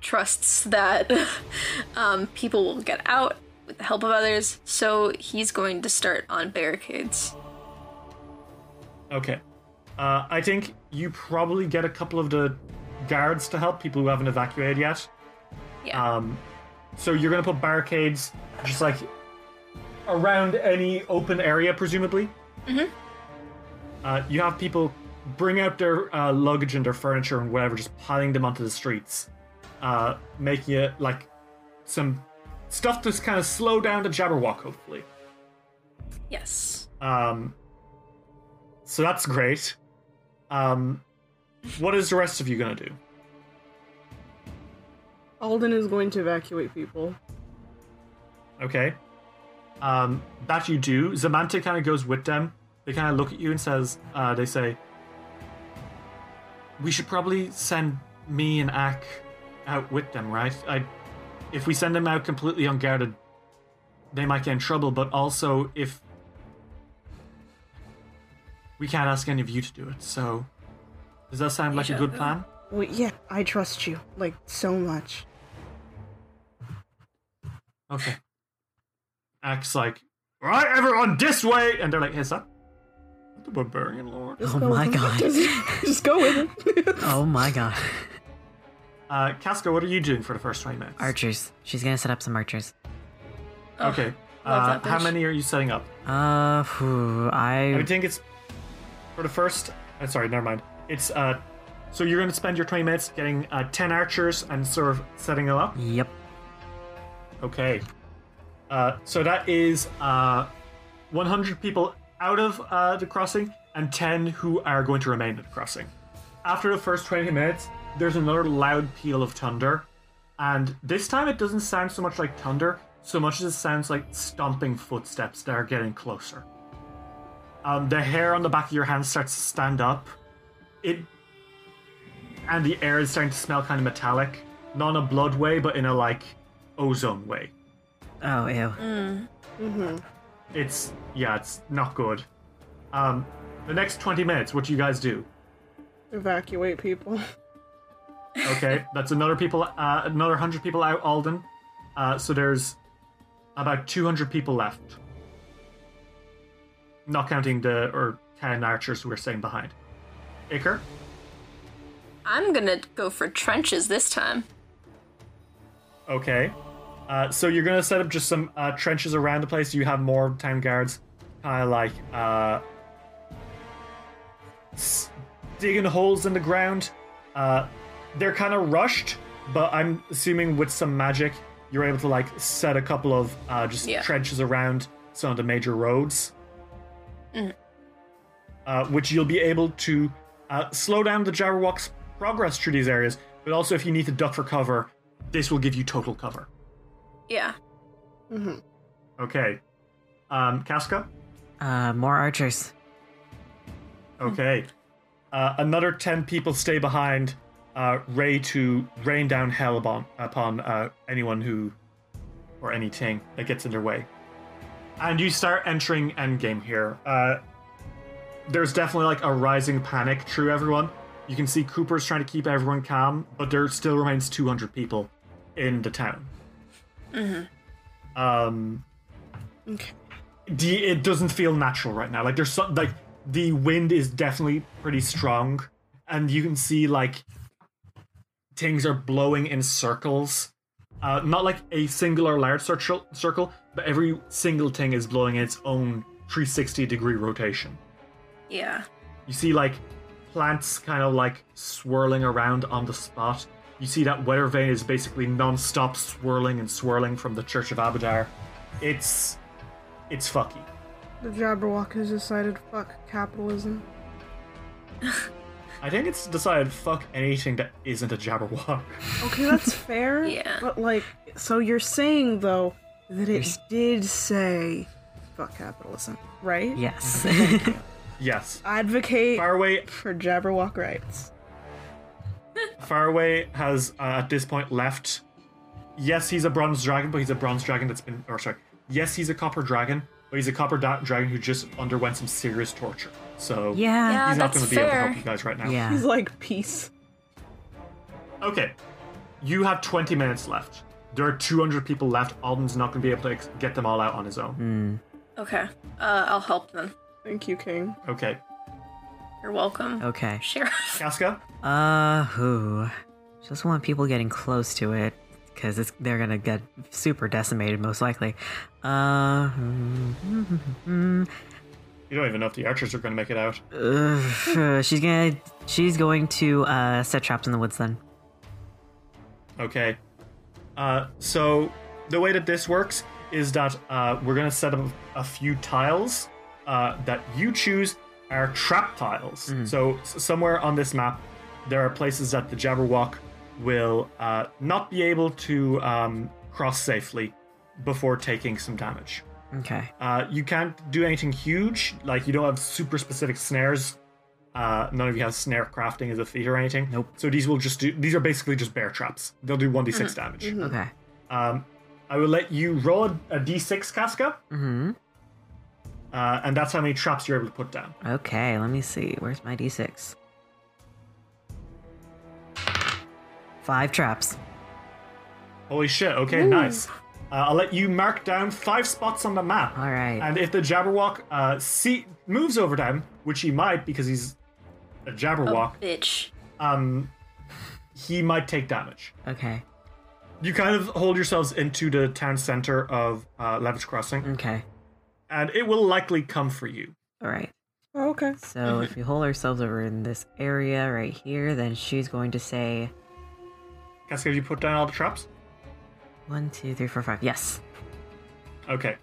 S2: trusts that um, people will get out with the help of others, so he's going to start on barricades.
S1: Okay. Uh, I think you probably get a couple of the guards to help people who haven't evacuated yet.
S4: Uh.
S2: Yeah.
S1: Um, so you're gonna put barricades just like around any open area, presumably. Mm-hmm. Uh, you have people bring out their uh, luggage and their furniture and whatever, just piling them onto the streets, uh, making it like some stuff to kind of slow down the Jabberwock, hopefully.
S2: yes.
S1: Um, so that's great. Um, what is the rest of you gonna do?
S3: Alden is going to evacuate people.
S1: Okay. Um, that you do. Zamanta kind of goes with them. They kind of look at you and says, uh, they say, "We should probably send me and Ak out with them, right? I, if we send them out completely unguarded, they might get in trouble. But also, if we can't ask any of you to do it, so does that sound like a good plan?
S3: Well, yeah, I trust you like so much.
S1: Okay. Ak's like, all right, everyone, this way, and they're like, "Hey, is that the barbarian lord?"
S4: Oh my god.
S3: Just, just go with it.
S4: Oh my god.
S1: Uh, Casca, what are you doing for the first 20 minutes?
S4: Archers. She's gonna set up some archers.
S2: Ugh,
S1: Okay. Uh,
S2: love that
S1: how
S2: bitch.
S1: many are you setting up?
S4: Uh, whew,
S1: I
S4: I.
S1: think it's for the first. Uh, sorry, never mind. It's uh, so you're going to spend your 20 minutes getting uh, 10 archers and sort of setting them up.
S4: Yep.
S1: Okay. Uh, so that is uh, 100 people out of uh, the crossing and 10 who are going to remain at the crossing. After the first 20 minutes, there's another loud peal of thunder. And this time it doesn't sound so much like thunder, so much as it sounds like stomping footsteps that are getting closer. Um, the hair on the back of your hand starts to stand up. It and the air is starting to smell kind of metallic, not in a blood way, but in a like ozone way.
S4: Oh, ew.
S1: Mm. It's yeah, it's not good. Um, the next twenty minutes, what do you guys do?
S3: evacuate people.
S1: Okay, that's another people, uh, another hundred people out, Alden. Uh, so there's about two hundred people left, not counting the or ten archers who are staying behind. Iker,
S2: I'm gonna go for trenches this time.
S1: okay. Uh, so you're gonna set up just some uh, trenches around the place. You have more town guards, kind of like uh, s- digging holes in the ground. Uh, they're kind of rushed, but I'm assuming with some magic, you're able to like set a couple of uh, just
S2: Yeah.
S1: trenches around some of the major roads, uh, which you'll be able to uh, slow down the Jabberwock's progress through these areas. But also, if you need to duck for cover, this will give you total cover.
S2: Yeah.
S1: Okay. Um, Casca?
S4: Uh, more archers.
S1: Okay. Uh, another 10 people stay behind, uh, ready to rain down hell upon, upon uh, anyone who, or anything that gets in their way. And you start entering endgame here. Uh, there's definitely like a rising panic through everyone. You can see Cooper's trying to keep everyone calm, but there still remains 200 people in the town. Mm-hmm. Um,
S3: Okay.
S1: the it doesn't feel natural right now. Like there's so, like the wind is definitely pretty strong, and you can see like things are blowing in circles. Uh, not like a singular large circle, circle, but every single thing is blowing in its own 360 degree rotation.
S2: Yeah.
S1: You see like plants kind of like swirling around on the spot. You see that weather vane is basically non-stop swirling and swirling from the Church of Abadar. It's it's fucky.
S3: The Jabberwock has decided fuck capitalism.
S1: I think it's decided fuck anything that isn't a Jabberwock.
S3: Okay, that's fair.
S2: Yeah.
S3: But like, so you're saying though that it did say fuck capitalism, right?
S4: Yes.
S1: Yes.
S3: Advocate
S1: Faraway
S3: for Jabberwock rights.
S1: Faraway has uh, at this point left. Yes, he's a bronze dragon, but he's a bronze dragon that's been or sorry. Yes, he's a copper dragon, but he's a copper da- dragon who just underwent some serious torture. So
S4: yeah.
S2: Yeah.
S1: he's not
S2: that's
S1: going to be able to
S2: fair.
S1: help you guys right now.
S4: Yeah.
S3: He's like peace.
S1: Okay. you have 20 minutes left. There are 200 people left. Alden's not going to be able to ex- get them all out on his own.
S2: Okay. Uh, I'll help them.
S3: Thank you, King.
S1: Okay.
S2: You're welcome.
S4: Okay.
S2: Sheriff.
S1: Casca?
S4: Uh, who? Just want people getting close to it, because they're gonna get super decimated, most likely. Uh, mm,
S1: You don't even know if the archers are going to make it out.
S4: uh, she's gonna, she's going to uh, set traps in the woods then.
S1: Okay. Uh, so the way that this works is that uh, we're going to set up a few tiles uh, that you choose are trap tiles. So s- somewhere on this map, there are places that the Jabberwock will uh, not be able to um, cross safely before taking some damage.
S4: Okay.
S1: Uh, you can't do anything huge, like you don't have super specific snares. Uh, none of you have snare crafting as a feat or anything.
S4: Nope.
S1: So these will just do. These are basically just bear traps. They'll do one d six damage.
S4: Okay.
S1: Um, I will let you roll a a d six, Casca,
S4: Mm-hmm.
S1: uh, and that's how many traps you're able to put down.
S4: Okay. Let me see. Where's my d6? Five traps.
S1: Holy shit! Okay, nice. Uh, I'll let you mark down five spots on the map.
S4: All right.
S1: And if the Jabberwock uh, see moves over them, which he might because he's a
S2: Oh,
S1: Jabberwock,
S2: bitch.
S1: um, he might take damage.
S4: Okay.
S1: You kind of hold yourselves into the town center of uh, Lavish Crossing,
S4: Okay.
S1: and it will likely come for you.
S4: All right.
S3: Oh, okay.
S4: So if we hold ourselves over in this area right here, then she's going to say
S1: Cascade, you put down all the traps?
S4: one, two, three, four, five. Yes.
S1: Okay,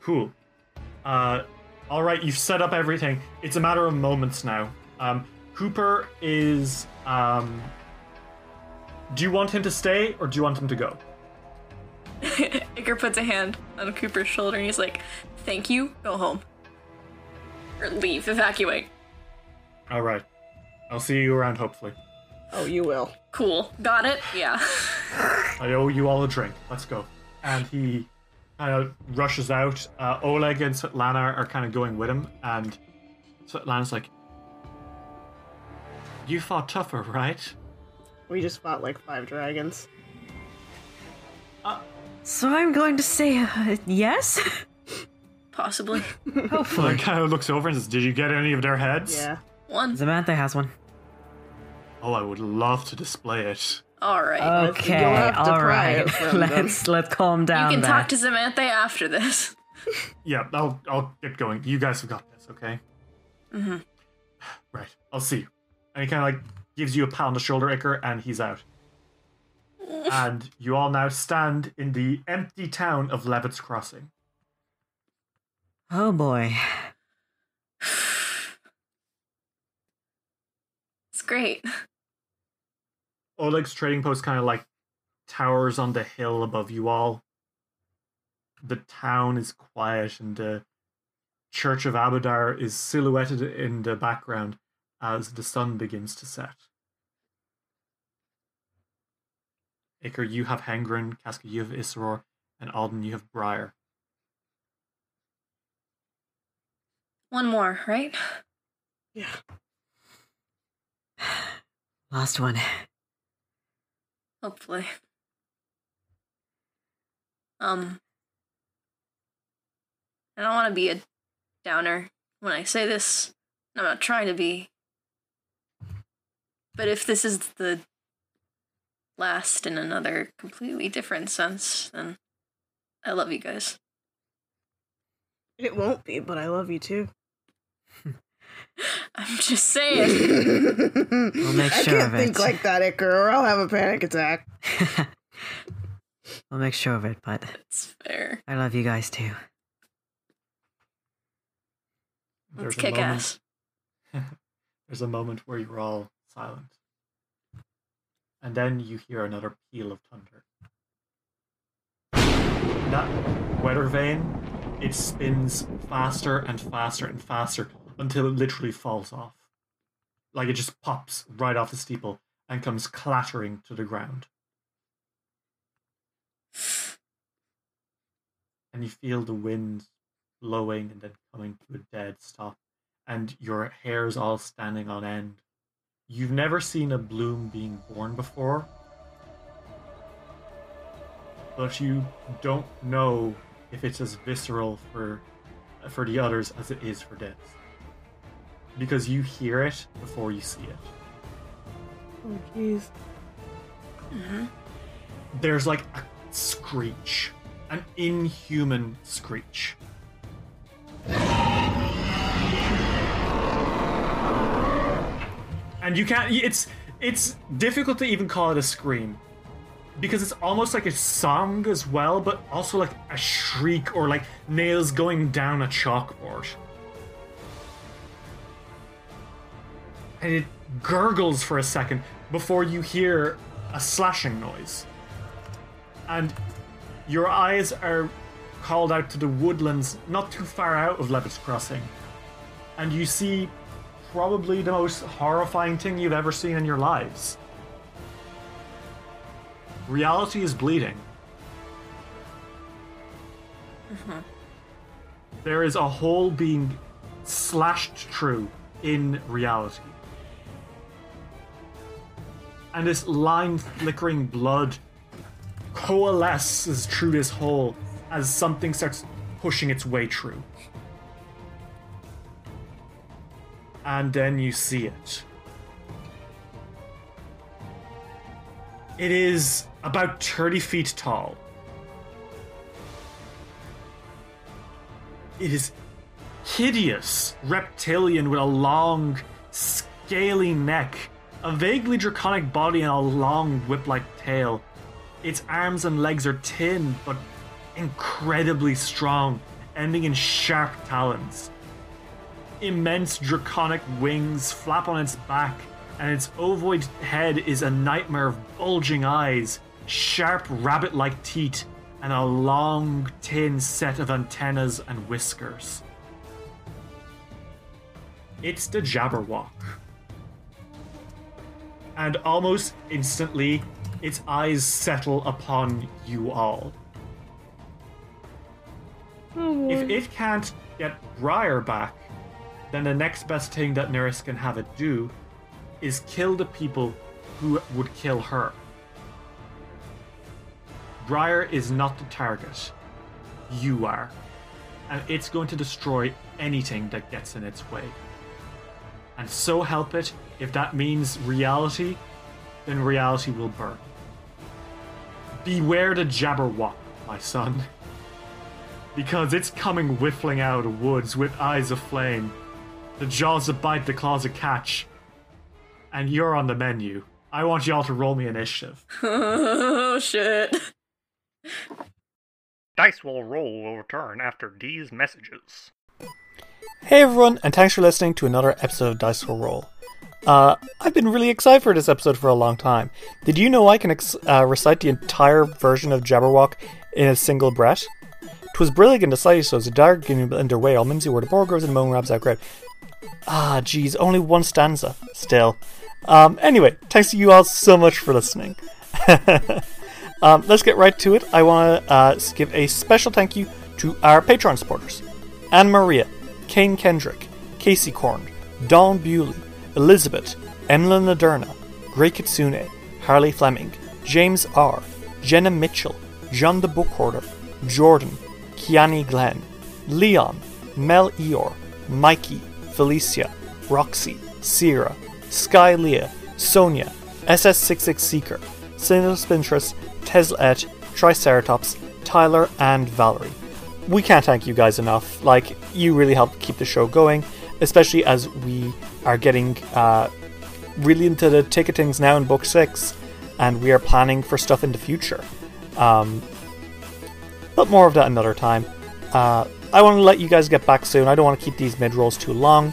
S1: cool. Uh, all right, you've set up everything. It's a matter of moments now. Um, Cooper is. Um, do you want him to stay or do you want him to go?
S2: Iker puts a hand on Cooper's shoulder and he's like, "Thank you. Go home or leave. Evacuate."
S1: All right, I'll see you around. Hopefully,
S3: Oh, you will.
S2: Cool. Got it. Yeah.
S1: I owe you all a drink. Let's go. And he kind of rushes out. Uh, Oleg and Svetlana are kind of going with him, and Svetlana's like, "You fought tougher, right?"
S3: We just fought like five dragons.
S4: So I'm going to say uh, yes.
S2: Possibly
S4: Hopefully.
S1: kind of looks over and says, "Did you get any of their heads?"
S3: Yeah.
S2: one.
S4: Samantha has one.
S1: Oh, I would love to display it.
S2: All right.
S4: Okay.
S3: You'll have to
S4: All
S3: pry
S4: right.
S3: it from them.
S4: Let's let's calm
S2: you
S4: down.
S2: can
S4: there.
S2: talk to Samantha after this.
S1: Yeah, I'll I'll get going. You guys have got this, okay?
S2: Mhm.
S1: Right. I'll see you. And he kind of like gives you a pat on the shoulder, Icker, and he's out. and you all now stand in the empty town of Levitt's Crossing.
S4: oh boy.
S2: It's great.
S1: Oleg's trading post kind of like towers on the hill above you all. The town is quiet, and the Church of Abadar is silhouetted in the background as the sun begins to set. Iker, you have Hengrin, Casca, you have Isseror, and Alden, you have Briar.
S2: One more, right?
S3: Yeah.
S4: Last one.
S2: Hopefully. Um. I don't want to be a downer when I say this. I'm not trying to be. But if this is the last in another completely different sense, then I love you guys.
S3: It won't be, but I love you too.
S2: I'm just saying.
S3: we'll
S4: make
S3: I
S4: sure
S3: can't
S4: of
S3: think
S4: it.
S3: like that, Icker, or I'll have a panic attack.
S4: we'll make sure of it, but
S2: it's fair.
S4: I love you guys too.
S2: Let's
S1: There's a
S2: kick
S1: moment-
S2: ass.
S1: There's a moment where you're all silent. And then you hear another peal of thunder. That weather vane, it spins faster and faster and faster until it literally falls off. Like it just pops right off the steeple and comes clattering to the ground. And you feel the wind blowing and then coming to a dead stop and your hair's all standing on end. You've never seen a bloom being born before, but you don't know if it's as visceral for for the others as it is for Dez. Because you hear it before you see it.
S3: Oh, jeez.
S1: There's like a screech, an inhuman screech. And you can't. It's it's difficult to even call it a scream because it's almost like a song as well, but also like a shriek or like nails going down a chalkboard. And it gurgles for a second before you hear a slashing noise. And your eyes are called out to the woodlands not too far out of Levitt's Crossing. And you see probably the most horrifying thing you've ever seen in your lives. Reality is bleeding. There is a hole being slashed through in reality. And this line flickering blood coalesces through this hole as something starts pushing its way through. And then you see it. It is about 30 feet tall. It is hideous, reptilian with a long, scaly neck, a vaguely draconic body, and a long whip like tail. Its arms and legs are thin but incredibly strong, ending in sharp talons. Immense draconic wings flap on its back, and its ovoid head is a nightmare of bulging eyes, sharp rabbit like teeth, and a long, tin set of antennas and whiskers. It's the Jabberwock and almost instantly, its eyes settle upon you all. If it can't get Briar back, then the next best thing that Neris can have it do is kill the people who would kill her. Briar is not the target. You are. And it's going to destroy anything that gets in its way and so help it, if that means reality, then reality will burn. Beware the Jabberwock, my son. Because it's coming whiffling out of the woods with eyes of flame, the jaws that bite, the claws that catch, and you're on the menu. I want y'all to roll me initiative.
S2: Oh shit.
S5: Dice will roll will return after these messages.
S6: Hey everyone, and thanks for listening to another episode of Dice Will Roll. Uh, I've been really excited for this episode for a long time. Did you know I can ex- uh, recite the entire version of Jabberwock in a single breath? 'Twas brillig and decided so, as a dire game under way, all mimsy where the boar grows and moan rabs out crowd. Ah, geez, only one stanza. Still. Um, anyway, thanks to you all so much for listening. um, let's get right to it. I want to uh, give a special thank you to our Patreon supporters Anne Maria, Kane Kendrick, Casey Korn, Don Bewley, Elizabeth, Emla Naderna, Grey Kitsune, Harley Fleming, James R., Jenna Mitchell, John the Book Hoarder, Jordan, Kiani Glenn, Leon, Mel Eor, Mikey, Felicia, Roxy, Sierra, Sky Leah, Sonia, SS66 Seeker, Sinus Tesla Et, Triceratops, Tyler, and Valerie we can't thank you guys enough. Like, you really help keep the show going, especially as we are getting uh, really into the ticketings now in book six, and we are planning for stuff in the future. Um, but more of that another time. Uh, I want to let you guys get back soon. I don't want to keep these mid rolls too long.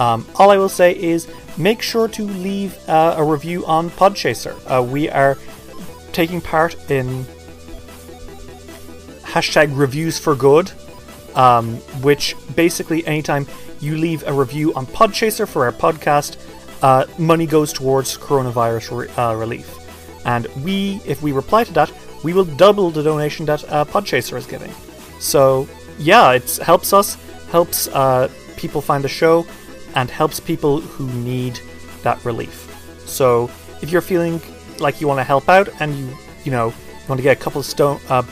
S6: Um, all I will say is make sure to leave uh, a review on Podchaser. Uh, we are taking part in hashtag reviews for good, um, which basically anytime you leave a review on Podchaser for our podcast, uh, money goes towards coronavirus re- uh, relief. And we, if we reply to that, we will double the donation that uh, Podchaser is giving. So yeah, it helps us, helps uh, people find the show, and helps people who need that relief. So if you're feeling like you want to help out and you you know You want to get a couple of stone, uh,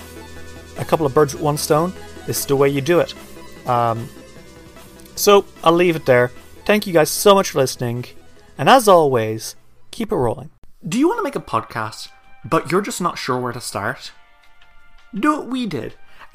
S6: a couple of birds with one stone. This is the way you do it. Um, so I'll leave it there. Thank you guys so much for listening, and as always, keep it rolling.
S7: Do you want to make a podcast, but you're just not sure where to start? Do what we did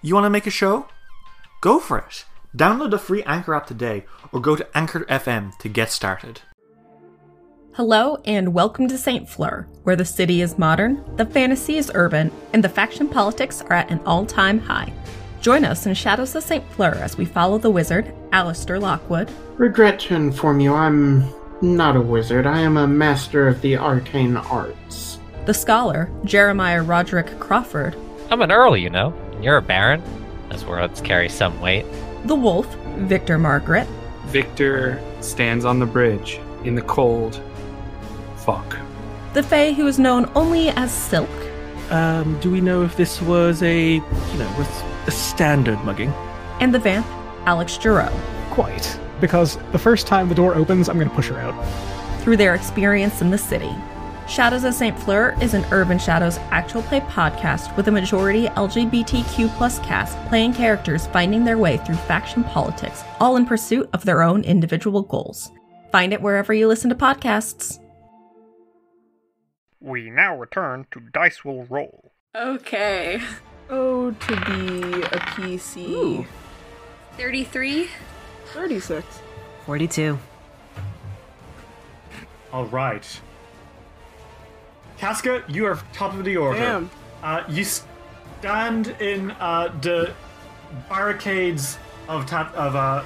S7: you want to make a show? Go for it. Download the free Anchor app today or go to Anchor FM to get started.
S8: Hello and welcome to St. Fleur, where the city is modern, the fantasy is urban, and the faction politics are at an all time high. Join us in Shadows of St. Fleur as we follow the wizard, Alistair Lockwood,
S9: Regret to inform you, I'm not a wizard. I am a master of the arcane arts.
S8: the scholar, Jeremiah Roderick Crawford,
S10: I'm an Earl, you know, and you're a Baron. Those words carry some weight.
S8: the wolf, Victor Margaret,
S11: Victor stands on the bridge in the cold. Fuck.
S8: the fae who is known only as Silk,
S12: Um, do we know if this was a, you know, was a standard mugging?
S8: and the vamp, Alex Giroux.
S13: Quite. Because the first time the door opens, I'm going to push her out.
S8: through their experience in the city. Shadows of St. Fleur is an Urban Shadows actual play podcast with a majority LGBTQ plus cast playing characters finding their way through faction politics, all in pursuit of their own individual goals. Find it wherever you listen to podcasts.
S5: We now return to Dice Will Roll.
S2: Okay.
S3: Oh, to be a PC.
S2: 33.
S3: 36.
S4: 42.
S1: All right. Casca, you are top of the order.
S3: Damn.
S1: Uh, you stand in uh, the barricades of ta- of uh,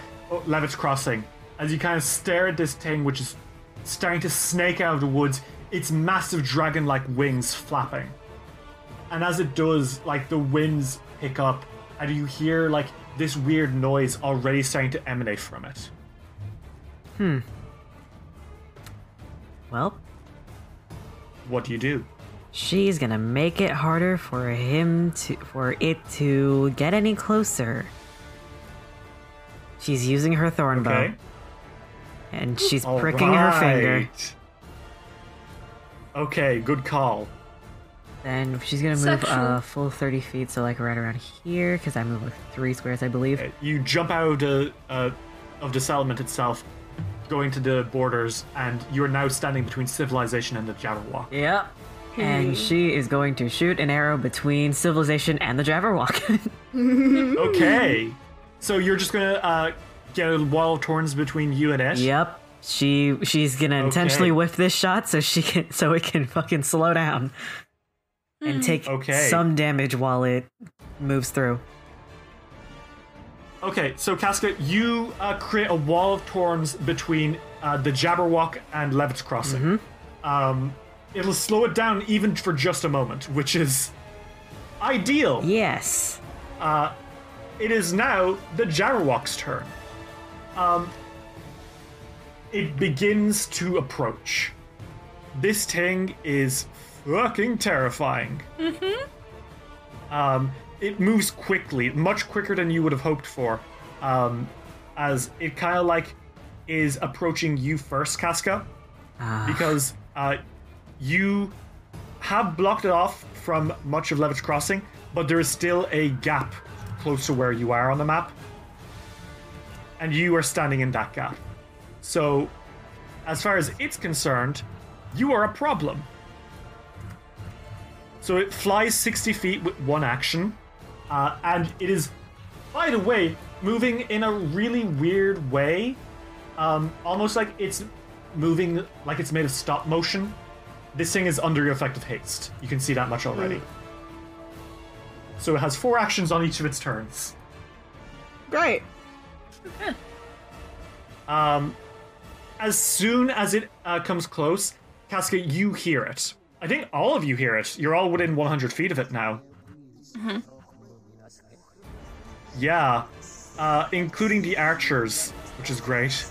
S1: Levitt's Crossing as you kind of stare at this thing, which is starting to snake out of the woods. Its massive dragon-like wings flapping, and as it does, like the winds pick up, and you hear like this weird noise already starting to emanate from it.
S4: Hmm. Well,
S1: What do you do?
S4: she's gonna make it harder for him to for it to get any closer. She's using her thorn
S1: Okay.
S4: bow and she's
S1: All
S4: pricking her finger.
S1: right. Okay, good call.
S4: Then she's gonna move
S2: Sexual.
S4: uh, full 30 feet, so like right around here, because I move like three squares, I believe.
S1: Uh, You jump out of the, uh, of the settlement itself, going to the borders, and you are now standing between civilization and the Jabberwock.
S4: Yep. And she is going to shoot an arrow between civilization and the Jabberwock.
S1: Okay, so you're just gonna uh, get a wall of thorns between you and it.
S4: Yep. She she's gonna intentionally
S1: Okay.
S4: whiff this shot so she can so it can fucking slow down and take
S1: Okay.
S4: some damage while it moves through.
S1: Okay, so Casca, you uh, create a wall of thorns between uh, the Jabberwock and Levitt's Crossing. Um, it'll slow it down even for just a moment, which is ideal.
S4: Yes.
S1: Uh, it is now the Jabberwock's turn. Um, it begins to approach. This thing is fucking terrifying. Um, it moves quickly, much quicker than you would have hoped for, um, as it kind of like is approaching you first, Casca, because uh, you have blocked it off from much of Levitt's Crossing, but there is still a gap close to where you are on the map, and you are standing in that gap. So, as far as it's concerned, you are a problem. So it flies 60 feet with one action, uh, and it is, by the way, moving in a really weird way, um, almost like it's moving like it's made of stop motion. This thing is under your effect of haste. You can see that much already. So it has four actions on each of its turns.
S3: Great.
S1: Um, as soon as it uh, comes close, Casca, you hear it. I think all of you hear it. You're all within 100 feet of it now.
S2: Mhm.
S1: Yeah, uh, including the archers, which is great.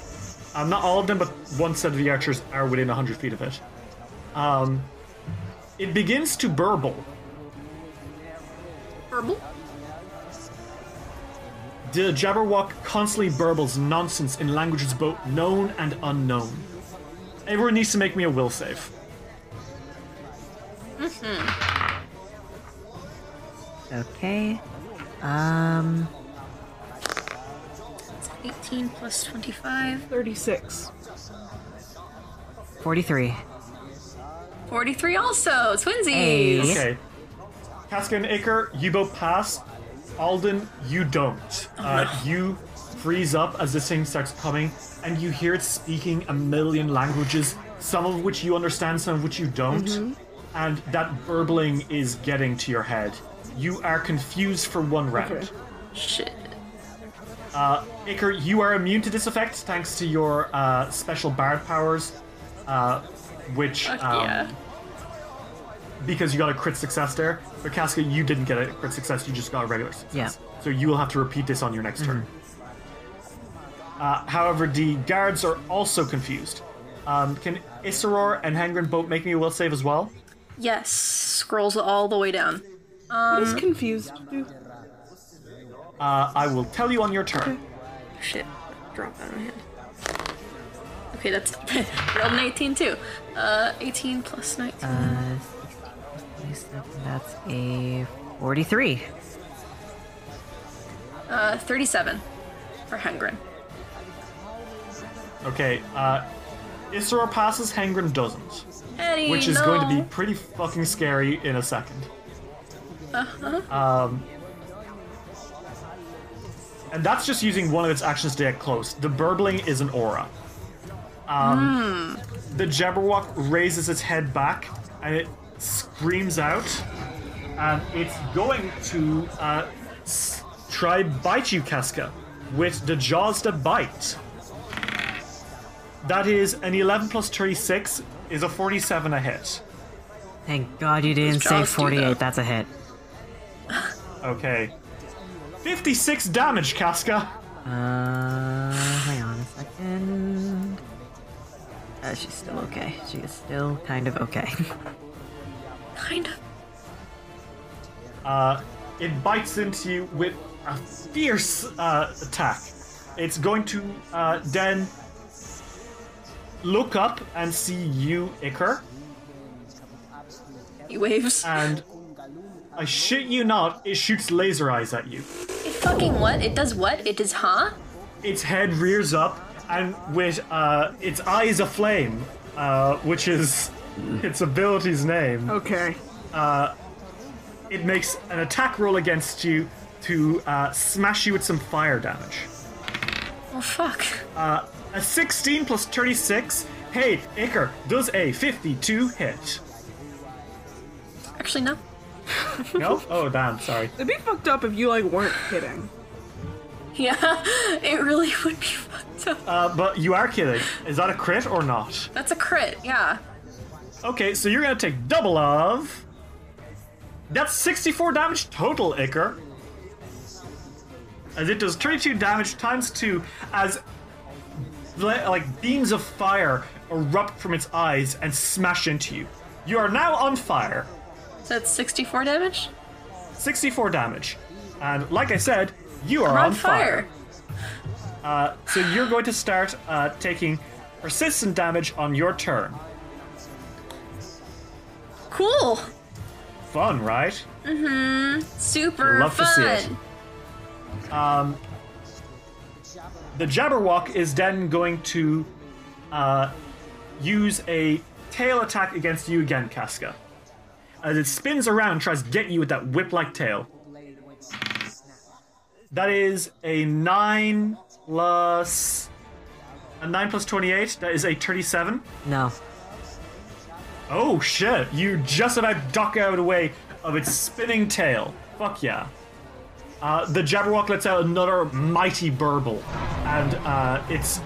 S1: Um, not all of them, but one set of the archers are within 100 feet of it. Um, it begins to burble.
S2: Herbal?
S1: The Jabberwock constantly burbles nonsense in languages both known and unknown. Everyone needs to make me a will save.
S2: Mm-hmm.
S4: Okay. Um.
S2: 18 plus 25. 36.
S4: 43.
S2: 43 also. Twinsies.
S1: Okay. Casca and Iker, you both pass. Alden, you don't. Uh, you freeze up as this thing starts coming, and you hear it speaking a million languages, some of which you understand, some of which you don't.
S14: Mhm.
S1: And that burbling is getting to your head. You are confused for one round.
S2: Shit.
S1: Uh, Iker, you are immune to this effect thanks to your uh, special bard powers, uh, which
S2: Fuck
S1: um,
S2: yeah.
S1: because you got a crit success there. But Casca, you didn't get a crit success; you just got a regular success.
S4: Yeah.
S1: So you will have to repeat this on your next turn. Uh, however, the guards are also confused. Um, can Isseror and Hangren both make me a will save as well?
S2: Yes. Scrolls all the way down. Um,
S3: What does confused do?
S1: Uh, I will tell you on your turn.
S2: Shit. Drop out of my hand. Okay, that's rolled an 18 too. Uh, 18 plus 19.
S4: Uh, that's a 43.
S2: Uh, 37 for Hengrin.
S1: Okay, uh, Isseror passes, Hangren doesn't.
S2: Eddie,
S1: Which is
S2: no.
S1: going to be pretty fucking scary in a second.
S2: Uh-huh.
S1: Um, and that's just using one of its actions to get close. The burbling is an aura. Um,
S2: Hmm.
S1: The Jabberwock raises its head back and it screams out, and it's going to uh, s- try bite you, Casca, with the jaws that bite. That is an 11 plus 36 is a 47 a hit.
S4: Thank God you didn't say
S1: jaws do
S4: 48. That's a hit.
S1: Okay. 56 damage, Casca.
S4: Uh, hang on a second. Uh, she's still okay. She is still kind of okay.
S2: Kind of.
S1: Uh, it bites into you with a fierce uh, attack. It's going to uh, then look up and see you, Iker.
S2: He waves.
S1: And I shit you not, it shoots laser eyes at you.
S2: It fucking what? It does what? It does huh?
S1: Its head rears up, and with uh, its eyes aflame, uh, which is its ability's name.
S3: Okay.
S1: Uh, it makes an attack roll against you to uh, smash you with some fire damage.
S2: Oh fuck.
S1: Uh, a 16 plus 36. Hey, Iker, does a 52 hit?
S2: Actually, no.
S1: No? Oh, damn, sorry.
S3: It'd be fucked up if you like weren't kidding.
S2: Yeah, it really would be.
S1: Uh, but you are kidding. Is that a crit or not?
S2: That's a crit, yeah.
S1: Okay, so you're gonna take double of. That's 64 damage total, Iker. As it does 22 damage times 2 as bla- like beams of fire erupt from its eyes and smash into you. You are now on fire.
S2: So that's 64 damage?
S1: 64 damage. And like I said, you are
S2: I'm on
S1: on fire. Uh, so you're going to start uh, taking persistent damage on your turn.
S2: Cool.
S1: Fun, right?
S2: Mm-hmm. Super
S1: Love to
S2: fun.
S1: see Um, the Jabberwock is then going to uh, use a tail attack against you again, Casca. As it spins around and tries to get you with that whip like tail. That is a 9 plus. A 9 plus 28, that is a 37.
S4: No.
S1: Oh shit, you just about duck out of the way of its spinning tail. Fuck yeah. Uh, the Jabberwock lets out another mighty burble, and uh, it's.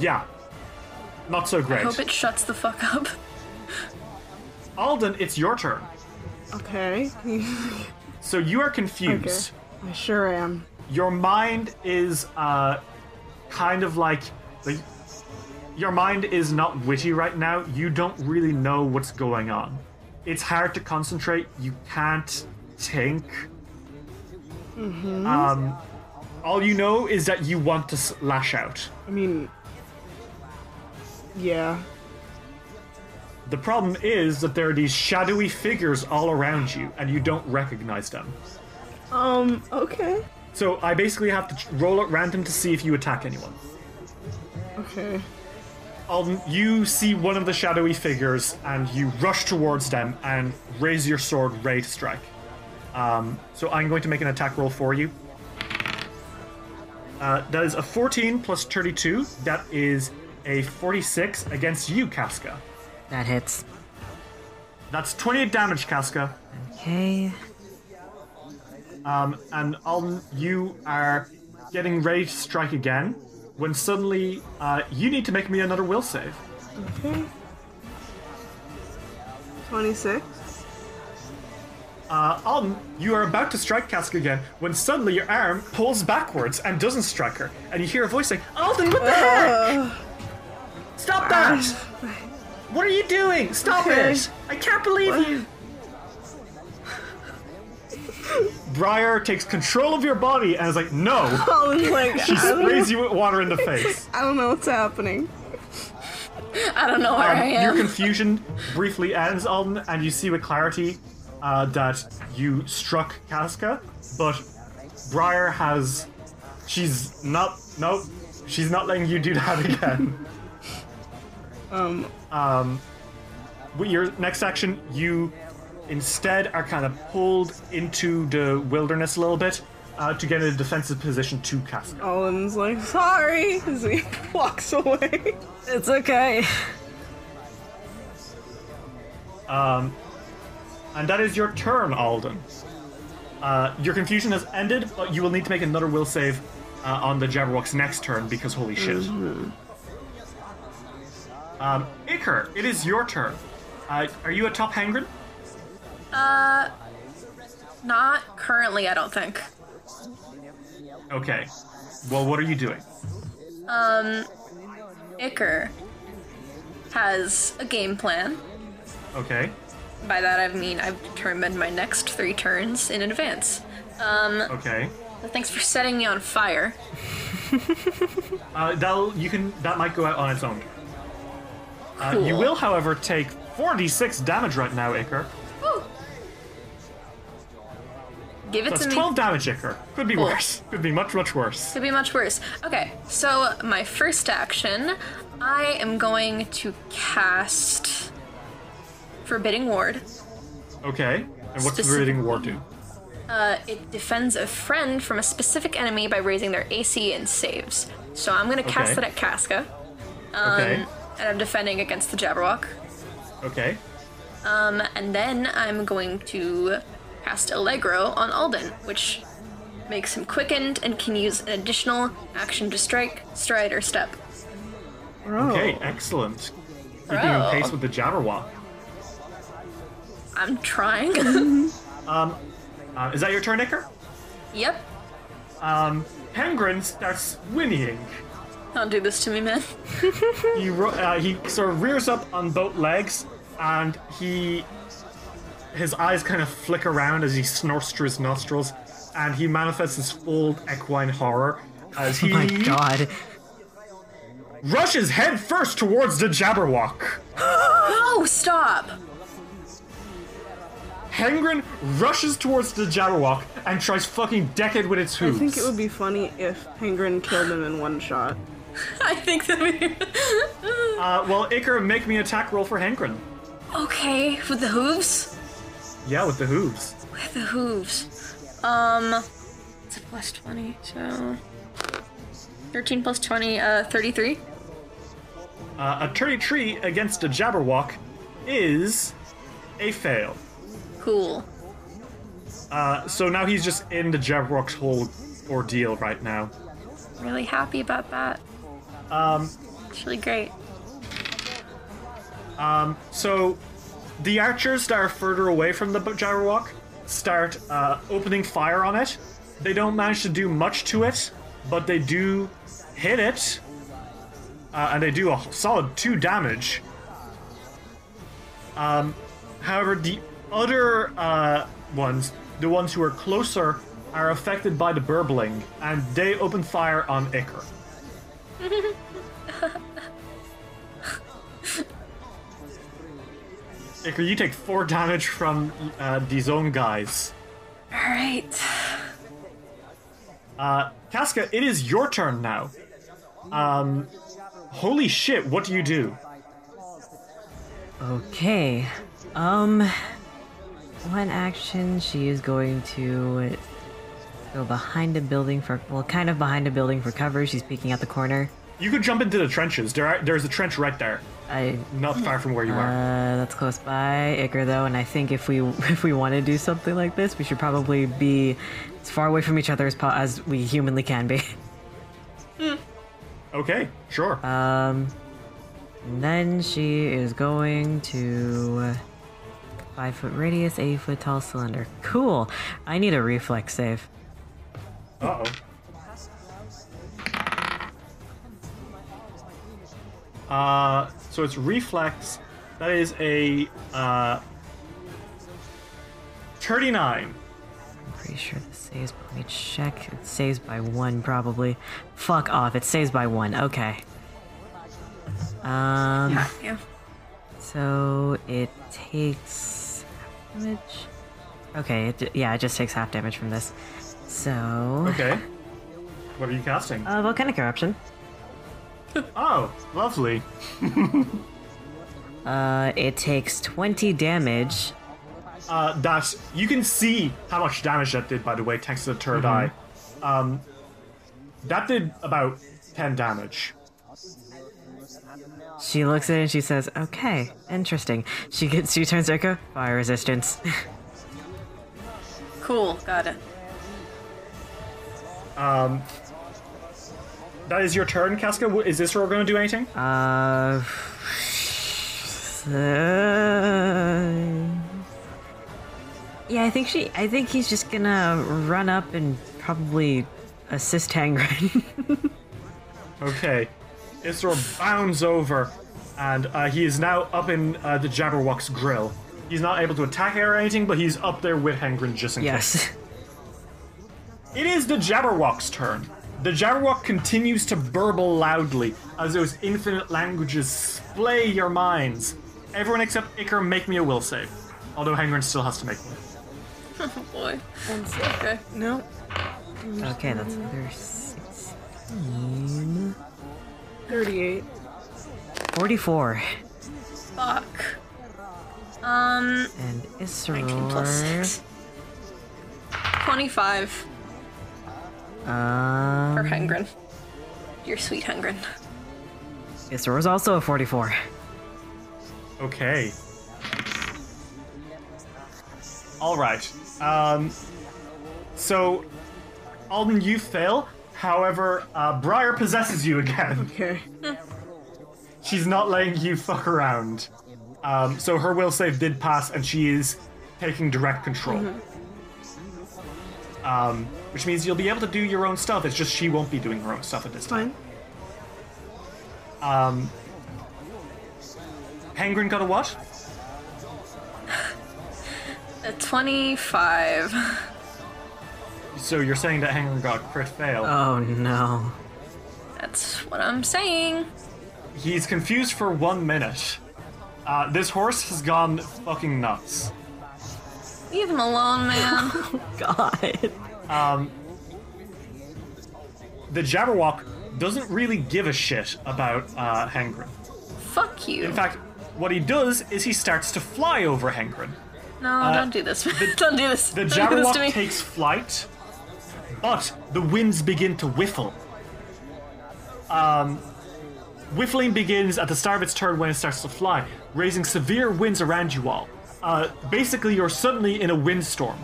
S1: yeah. Not so
S2: I
S1: great.
S2: hope it shuts the fuck up.
S1: Alden, it's your turn.
S3: Okay.
S1: So you are confused.
S3: I sure am.
S1: Your mind is uh, kind of like, like your mind is not witty right now. You don't really know what's going on. It's hard to concentrate. You can't think.
S3: Mm-hmm.
S1: Um, all you know is that you want to s- lash out.
S3: I mean, yeah.
S1: The problem is that there are these shadowy figures all around you, and you don't recognize them.
S3: Um, okay.
S1: So I basically have to ch- roll at random to see if you attack anyone.
S3: Okay.
S1: Um, you see one of the shadowy figures, and you rush towards them and raise your sword, ready to strike. Um, so I'm going to make an attack roll for you. Uh, that is a 14 plus 32. That is a 46 against you, Casca.
S4: That hits.
S1: That's 28 damage, Casca.
S4: Okay.
S1: Um, and on you are getting ready to strike again when suddenly uh, you need to make me another will save.
S3: Okay. 26.
S1: Uh, Alden, you are about to strike Casca again when suddenly your arm pulls backwards and doesn't strike her, and you hear a voice saying, Alden, what the heck? Stop that! What are you doing? Stop
S3: Okay.
S1: it! I can't believe you! Briar takes control of your body and is like, no!
S3: I was like,
S1: she
S3: I don't
S1: sprays
S3: know.
S1: you with water in the face.
S3: I don't know what's happening.
S2: I don't know where
S1: Um,
S2: I am.
S1: Your confusion briefly ends, Alden, and you see with clarity uh, that you struck Casca, but Briar has. She's not. Nope. She's not letting you do that again.
S3: Um.
S1: Um. With your next action, you instead are kind of pulled into the wilderness a little bit uh, to get in a defensive position to Casca.
S3: Olin's like, sorry, as he walks away.
S4: It's okay.
S1: Um, and that is your turn, Alden. Uh, your confusion has ended, but you will need to make another will save uh, on the Jabberwock's next turn because holy shit. Um, Iker, it is your turn. Uh, are you a top hangrin?
S2: Uh, not currently, I don't think.
S1: Okay. Well, what are you doing?
S2: Um, Iker has a game plan.
S1: Okay.
S2: By that I mean I've determined my next three turns in advance. Um,
S1: Okay.
S2: thanks for setting me on fire.
S1: Uh, that'll you can that might go out on its own. Uh, You
S2: Cool.
S1: will, however, take 4d6 damage right now, Iker.
S2: Woo. Give it
S1: That's
S2: to me.
S1: 12 damage, Iker. Could be
S2: Cool.
S1: worse. Could be much, much worse.
S2: Could be much worse. Okay, so my first action, I am going to cast Forbidding Ward.
S1: Okay. And what's the
S2: Specific-
S1: rating war do?
S2: Uh, it defends a friend from a specific enemy by raising their AC and saves. So I'm gonna cast
S1: Okay.
S2: it at Casca. Um,
S1: Okay.
S2: And I'm defending against the Jabberwock.
S1: Okay.
S2: Um, and then I'm going to cast Allegro on Alden, which makes him quickened and can use an additional action to strike, stride, or step.
S4: Oh.
S1: Okay, excellent. Keeping
S2: Bro.
S1: pace with the Jabberwock.
S2: I'm trying.
S1: Um, uh, is that your turn, Icker?
S2: yep.
S1: Um, Hengrin starts whinnying.
S2: Don't do this to me, man.
S1: He, ro- uh, he sort of rears up on both legs, and he... His eyes kind of flick around as he snorts through his nostrils, and he manifests his full equine horror as
S4: Oh
S1: he
S4: my god.
S1: rushes head first towards the Jabberwock.
S2: no, stop!
S1: Hengrin rushes towards the Jabberwock and tries fucking deck it with its
S3: I
S1: hooves.
S3: think it would be funny if Penguin killed him in one shot.
S2: I think that we.
S1: Uh, well, Iker, make me attack roll for Hengrin.
S2: okay, with the hooves?
S1: Yeah, with the hooves.
S2: With the hooves. Um, it's a plus 20, so. 13 plus 20, uh, 33.
S1: Uh, a 33 against a Jabberwock is a fail.
S2: Cool.
S1: Uh, so now he's just in the Jabberwock's whole ordeal right now.
S2: Really happy about that.
S1: Um,
S2: It's really great.
S1: um, so the archers that are further away from the Jabberwock start uh, opening fire on it. They don't manage to do much to it, but they do hit it, uh, and they do a solid two damage. Um, however, the other uh, ones, the ones who are closer, are affected by the burbling, and they open fire on Icar. Icar, you take four damage from uh, these own guys.
S2: All right.
S1: Uh, Casca, it is your turn now. Um, holy shit, what do you do?
S4: Okay. Um, one action. She is going to go behind a building for well, kind of behind a building for cover. She's peeking out the corner.
S1: You could jump into the trenches. There, are, there's a trench right there.
S4: I
S1: not far from where you are.
S4: Uh, that's close by Icar though, and I think if we if we want to do something like this, we should probably be as far away from each other as po- as we humanly can be.
S1: Okay, sure.
S4: Um, and then she is going to five foot radius, eight foot tall cylinder. Cool. I need a reflex save.
S1: Uh oh. Uh, so it's reflex. That is a uh, 39.
S4: Pretty sure this saves. Let me check. It saves by one, probably. Fuck off. It saves by one. Okay. Um.
S2: Yeah.
S4: So it takes half damage. Okay, it, ju- yeah, it just takes half damage from this. So.
S1: Okay. What are you casting?
S4: Uh, volcanic eruption.
S1: oh, lovely.
S4: Uh, it takes 20 damage.
S1: Uh, that you can see how much damage that did, by the way, thanks to the third
S4: Mhm.
S1: eye. Um, that did about 10 damage.
S4: She looks at it and she says, "Okay, interesting." She gets she turns Echo fire resistance.
S2: Cool. Got it.
S1: Um, that is your turn, Casca. Wh- Is this where we're going to do anything?
S4: uh, yeah, I think she. I think he's just gonna run up and probably assist Tangren.
S1: Okay. Isra bounds over, and uh, he is now up in uh, the Jabberwock's grill. He's not able to attack her or anything, but he's up there with Hengrin just in
S4: yes.
S1: case. It is the Jabberwock's turn. The Jabberwock continues to burble loudly as those infinite languages splay your minds. Everyone except Icar make me a will save. Although Hengrin still has to make one.
S2: Oh boy. Okay.
S3: No.
S4: Okay, that's another sixteen.
S3: 38.
S4: Forty-four.
S2: Fuck. Um,
S4: And
S2: 19 plus
S4: Isror.
S2: six. 25
S4: Um,
S2: for Hengrin. Your sweet Hengrin.
S4: Isror was also a forty-four.
S1: Okay. All right. Um, so, Alden, you fail. However, uh, Briar possesses you again.
S3: Okay.
S1: She's not letting you fuck around. Um, so her will save did pass, and she is taking direct control. Um, which means you'll be able to do your own stuff. It's just she won't be doing her own stuff at this
S3: time.
S1: Um, Hengrin got a what?
S2: A 25.
S1: So you're saying that Hengrin got a crit fail?
S4: Oh no.
S2: That's what I'm saying.
S1: He's confused for one minute. Uh, this horse has gone fucking nuts.
S2: Leave him alone, man.
S4: God.
S1: Um, the Jabberwock doesn't really give a shit about uh, Hengrin.
S2: Fuck you.
S1: In fact, what he does is he starts to fly over Hengrin.
S2: no,
S1: uh,
S2: don't do this. don't do this.
S1: The
S2: don't do this
S1: Jabberwock
S2: to me.
S1: takes flight, but the winds begin to whiffle. Um, whiffling begins at the start of its turn when it starts to fly, raising severe winds around you all. Uh, basically, you're suddenly in a windstorm.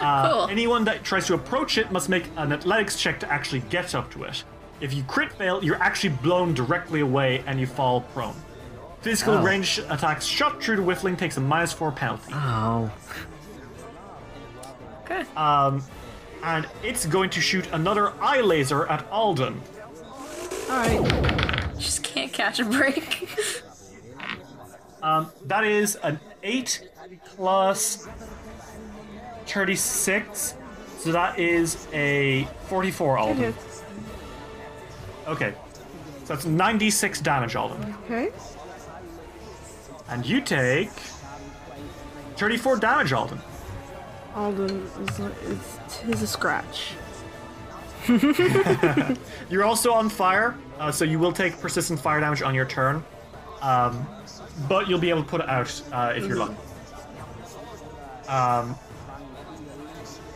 S1: Uh,
S2: Cool.
S1: Anyone that tries to approach it must make an athletics check to actually get up to it. If you crit fail, you're actually blown directly away and you fall prone. Physical
S4: Oh.
S1: range attacks shot through to whiffling takes a minus four penalty.
S4: Oh.
S1: Um, and it's going to shoot another eye laser at Alden.
S2: Just can't catch a break.
S1: Um, that is an 8 plus 36. So that is a 44, Alden. Okay. So that's 96 damage, Alden.
S3: Okay.
S1: And you take 34 damage, Alden.
S3: Alden is, is, is a scratch.
S1: You're also on fire, uh, so you will take persistent fire damage on your turn. Um, but you'll be able to put it out uh, if you're lucky. Um,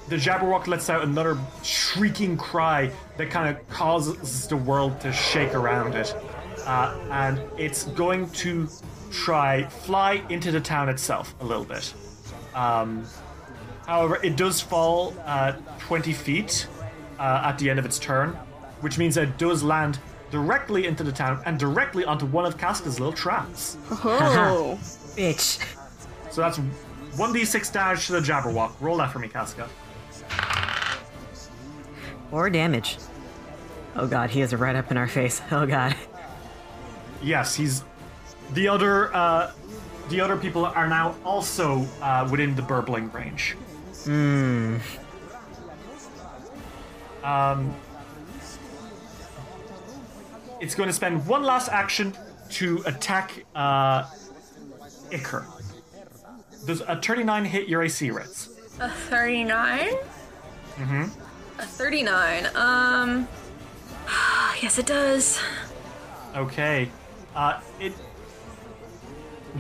S1: the Jabberwock lets out another shrieking cry that kind of causes the world to shake around it. Uh, and it's going to try fly into the town itself a little bit. Um, however, it does fall uh, 20 feet uh, at the end of its turn, which means that it does land directly into the town and directly onto one of Casca's little traps.
S3: Oh.
S4: Bitch.
S1: So that's 1d6 damage to the Jabberwock. Roll that for me, Casca.
S4: Or damage. Oh god, he is right up in our face. Oh god.
S1: Yes, he's the other. Uh, the other people are now also uh, within the burbling range.
S4: Hmm.
S1: Um, it's going to spend one last action to attack uh, Iker. Does a 39 hit your AC, Ritz?
S2: A 39?
S1: Mm-hmm.
S2: A 39. Um. Yes, it does.
S1: Okay. Uh, it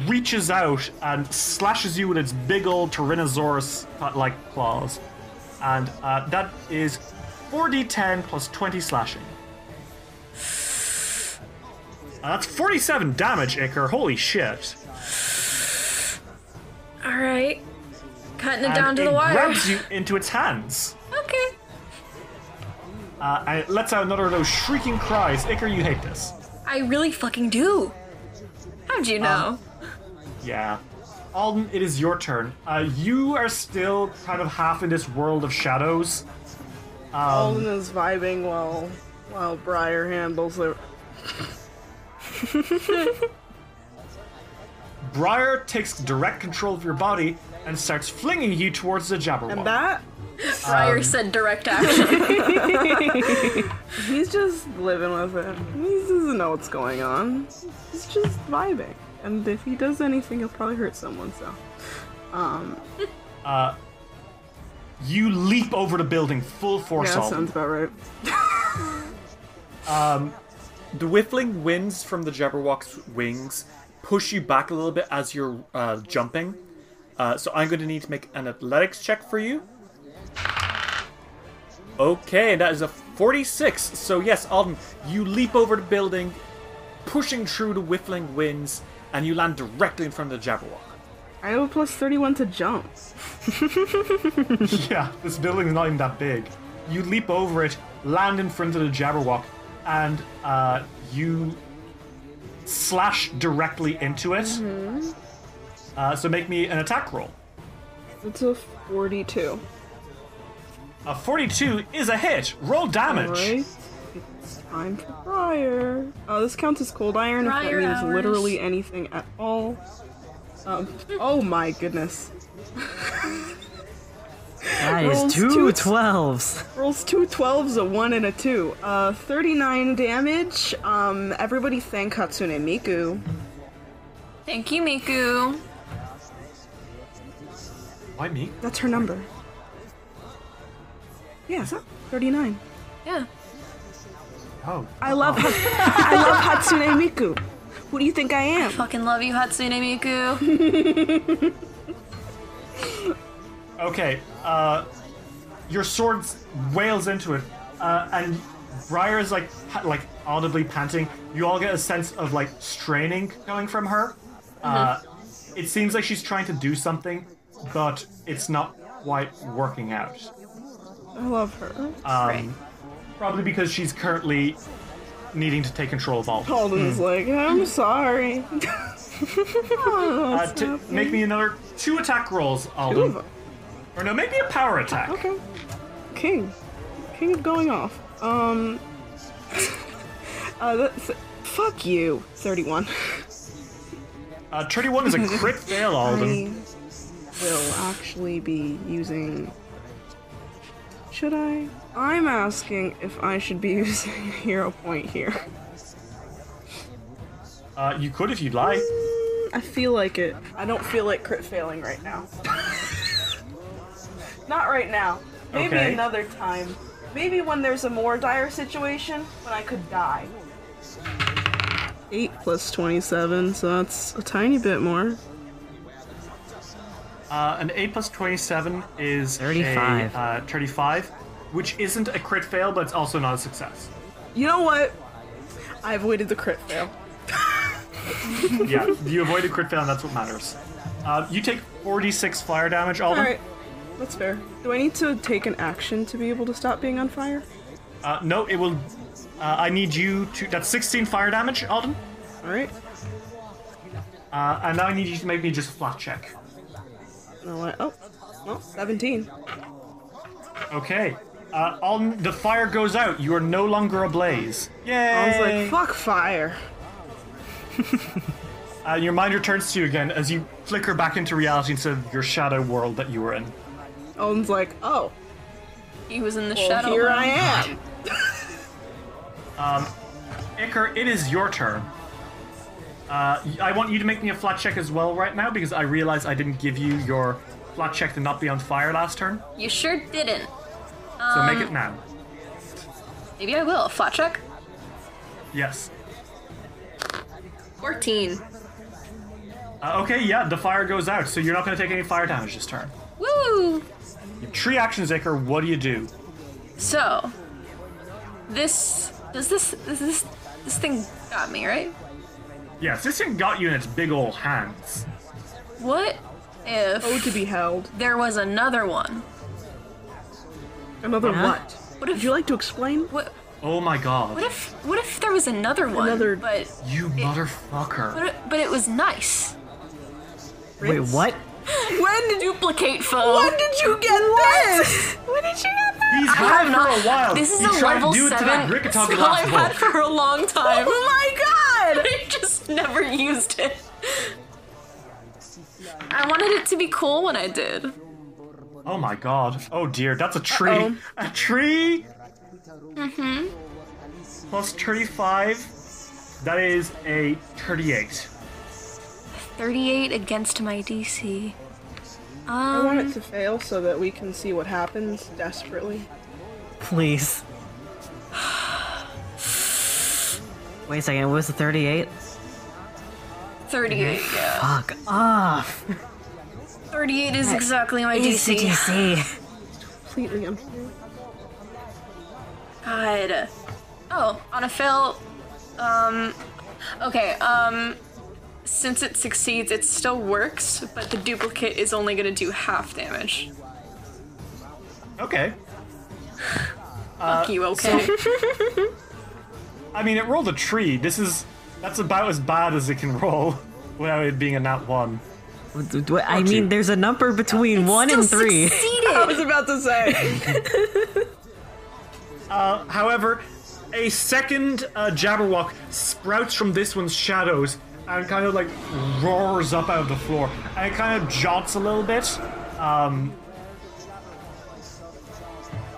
S1: reaches out and slashes you with its big old Tyrannosaurus uh, like claws. And uh, that is 4d10 plus 20 slashing. Uh, that's 47 damage, Iker. Holy shit.
S2: Alright. Cutting it
S1: And
S2: down to
S1: it
S2: the wire.
S1: grabs you into its hands.
S2: Okay.
S1: Uh, and it lets out another of those shrieking cries. Iker, you hate this.
S2: I really fucking do. How'd you
S1: Um,
S2: know?
S1: Yeah. Alden, it is your turn. Uh, you are still kind of half in this world of shadows. Um,
S3: Alden is vibing while while Briar handles it.
S1: Briar takes direct control of your body and starts flinging you towards the Jabberwock.
S3: And that?
S2: Fryer
S1: Um,
S2: said direct action.
S3: He's just living with it. He doesn't know what's going on. He's just vibing. And if he does anything, he'll probably hurt someone, so. Um,
S1: Uh, you leap over the building full force.
S3: yeah, that
S1: Alden.
S3: sounds about right.
S7: Um, the whiffling winds from the Jabberwock's wings push you back a little bit as you're uh, jumping. Uh, so I'm going to need to make an athletics check for you. Okay, that is a 46. So yes, Alden, you leap over the building, pushing through the whiffling winds, and you land directly in front of the Jabberwock.
S3: I have a plus 31 to jump.
S1: yeah, this building's not even that big. You leap over it, land in front of the Jabberwock, and uh, you slash directly into it.
S3: Mm-hmm.
S1: Uh, so make me an attack roll.
S3: It's a 42.
S1: A 42 is a hit. Roll damage.
S3: Alright. It's time for Briar. Uh, this counts as cold iron if that
S2: Briar
S3: means
S2: hours.
S3: literally anything at all. Um, oh my goodness.
S4: That is
S3: Rolls
S4: two
S3: two-
S4: 12s.
S3: Rolls two 12s, a 1 and a 2. Uh, 39 damage. Um, everybody thank Hatsune Miku.
S2: Thank you, Miku.
S1: Why me?
S3: That's her number. Yeah, is that 39?
S2: Yeah.
S1: Oh.
S3: I love Ha- I love Hatsune Miku. Who do you think I am?
S2: Fucking love you, Hatsune Miku.
S1: Okay, uh, your sword wails into it, uh, and Briar is like ha- like audibly panting. You all get a sense of like straining going from her. Uh, it seems like she's trying to do something, but it's not quite working out.
S3: I love her.
S1: Um, Probably because she's currently needing to take control of all.
S3: Alden's like, I'm sorry. Oh,
S1: Uh, t-
S3: stop
S1: Uh,
S3: Uh,
S1: make me another two attack rolls,
S3: Two of
S1: Alden.
S3: them.
S1: Or no, maybe a power attack.
S3: Okay. King. King of going off. Um. uh, that's, fuck you. 31.
S1: Uh, 31 is a crit fail, Alden.
S3: I will actually be using. Should I? I'm asking if I should be using a hero point here.
S1: Uh, you could if you'd like.
S3: I feel like it. I don't feel like crit failing right now. Not right now. Maybe
S1: Okay.
S3: another time. Maybe when there's a more dire situation when I could die. 8 plus 27, so that's a tiny bit more.
S1: Uh, an 8 plus 27 is
S4: 35.
S1: A, uh, 35, which isn't a crit fail, but it's also not a success.
S3: You know what? I avoided the crit fail.
S1: yeah, you avoid a crit fail, and that's what matters. Uh, you take 46 fire damage, Alden.
S3: Alright, that's fair. Do I need to take an action to be able to stop being on fire?
S1: Uh, no, it will. Uh, I need you to. That's 16 fire damage, Alden.
S3: Alright.
S1: Uh, and now I need you to make me just a flat check.
S3: No, I, oh, well, 17.
S1: Okay. Uh, Alden, the fire goes out. You are no longer ablaze. Yay!
S3: I was like, fuck fire.
S1: Uh, your mind returns to you again as you flicker back into reality instead of your shadow world that you were in.
S3: Owen's like, oh,
S2: He was in the
S3: well,
S2: shadow.
S3: here
S2: realm.
S3: I am.
S1: Um, Icar, it is your turn. Uh, y- I want you to make me a flat check as well right now because I realize I didn't give you your flat check to not be on fire last turn.
S2: You sure didn't.
S1: So
S2: Um,
S1: make it now.
S2: Maybe I will. Flat check.
S1: Yes.
S2: 14.
S1: Uh, okay, yeah, the fire goes out, so you're not going to take any fire damage this turn.
S2: Woo!
S1: You have Three actions, Icar. What do you do?
S2: So, this does this does this this thing got me right?
S1: Yes, this thing got you in its big old hands.
S2: What if
S3: Oh, to be held.
S2: there was another one?
S3: Another
S2: Huh?
S3: what?
S2: What if
S3: Would you like to explain?
S2: What?
S1: Oh my god.
S2: What if what if there was another one?
S3: Another-
S2: but
S1: You motherfucker.
S2: but it, but it was nice.
S4: Wait, what?
S2: When did duplicate foe?
S3: When did you get this?
S2: When did you get that?
S1: He's
S2: I
S1: had
S2: have
S1: for
S2: not-
S1: a while.
S2: This is
S1: You
S2: a
S1: tried to
S2: level
S1: do it to
S2: seven.
S1: that Rikatog
S2: spell
S1: last
S2: I've had
S1: book.
S2: for a long time.
S3: Oh my god!
S2: I just never used it. I wanted it to be cool when I did.
S1: Oh my god. Oh dear, that's a tree.
S2: Uh-oh.
S1: A tree
S2: Mm-hmm.
S1: plus 35. That is a 38.
S2: 38 against my DC. Um,
S3: I want it to fail so that we can see what happens desperately.
S4: Please. Wait a second, what was the 38?
S2: 38, yeah.
S4: Fuck off!
S2: 38 is exactly my
S4: It's the
S2: DC.
S4: DC.
S3: Completely unfair.
S2: God. Oh, on a fail. Um. Okay, um. Since it succeeds, it still works, but the duplicate is only gonna do half damage.
S1: Okay.
S3: Uh,
S2: Fuck you, okay?
S1: I mean, it rolled a tree. This is. That's about as bad as it can roll without it being a nat 1.
S4: D- d- I mean, there's a number between one and three.
S3: I was about to say.
S1: Uh, however, a second uh, Jabberwock sprouts from this one's shadows and kind of like roars up out of the floor. And it kind of jolts a little bit. Um,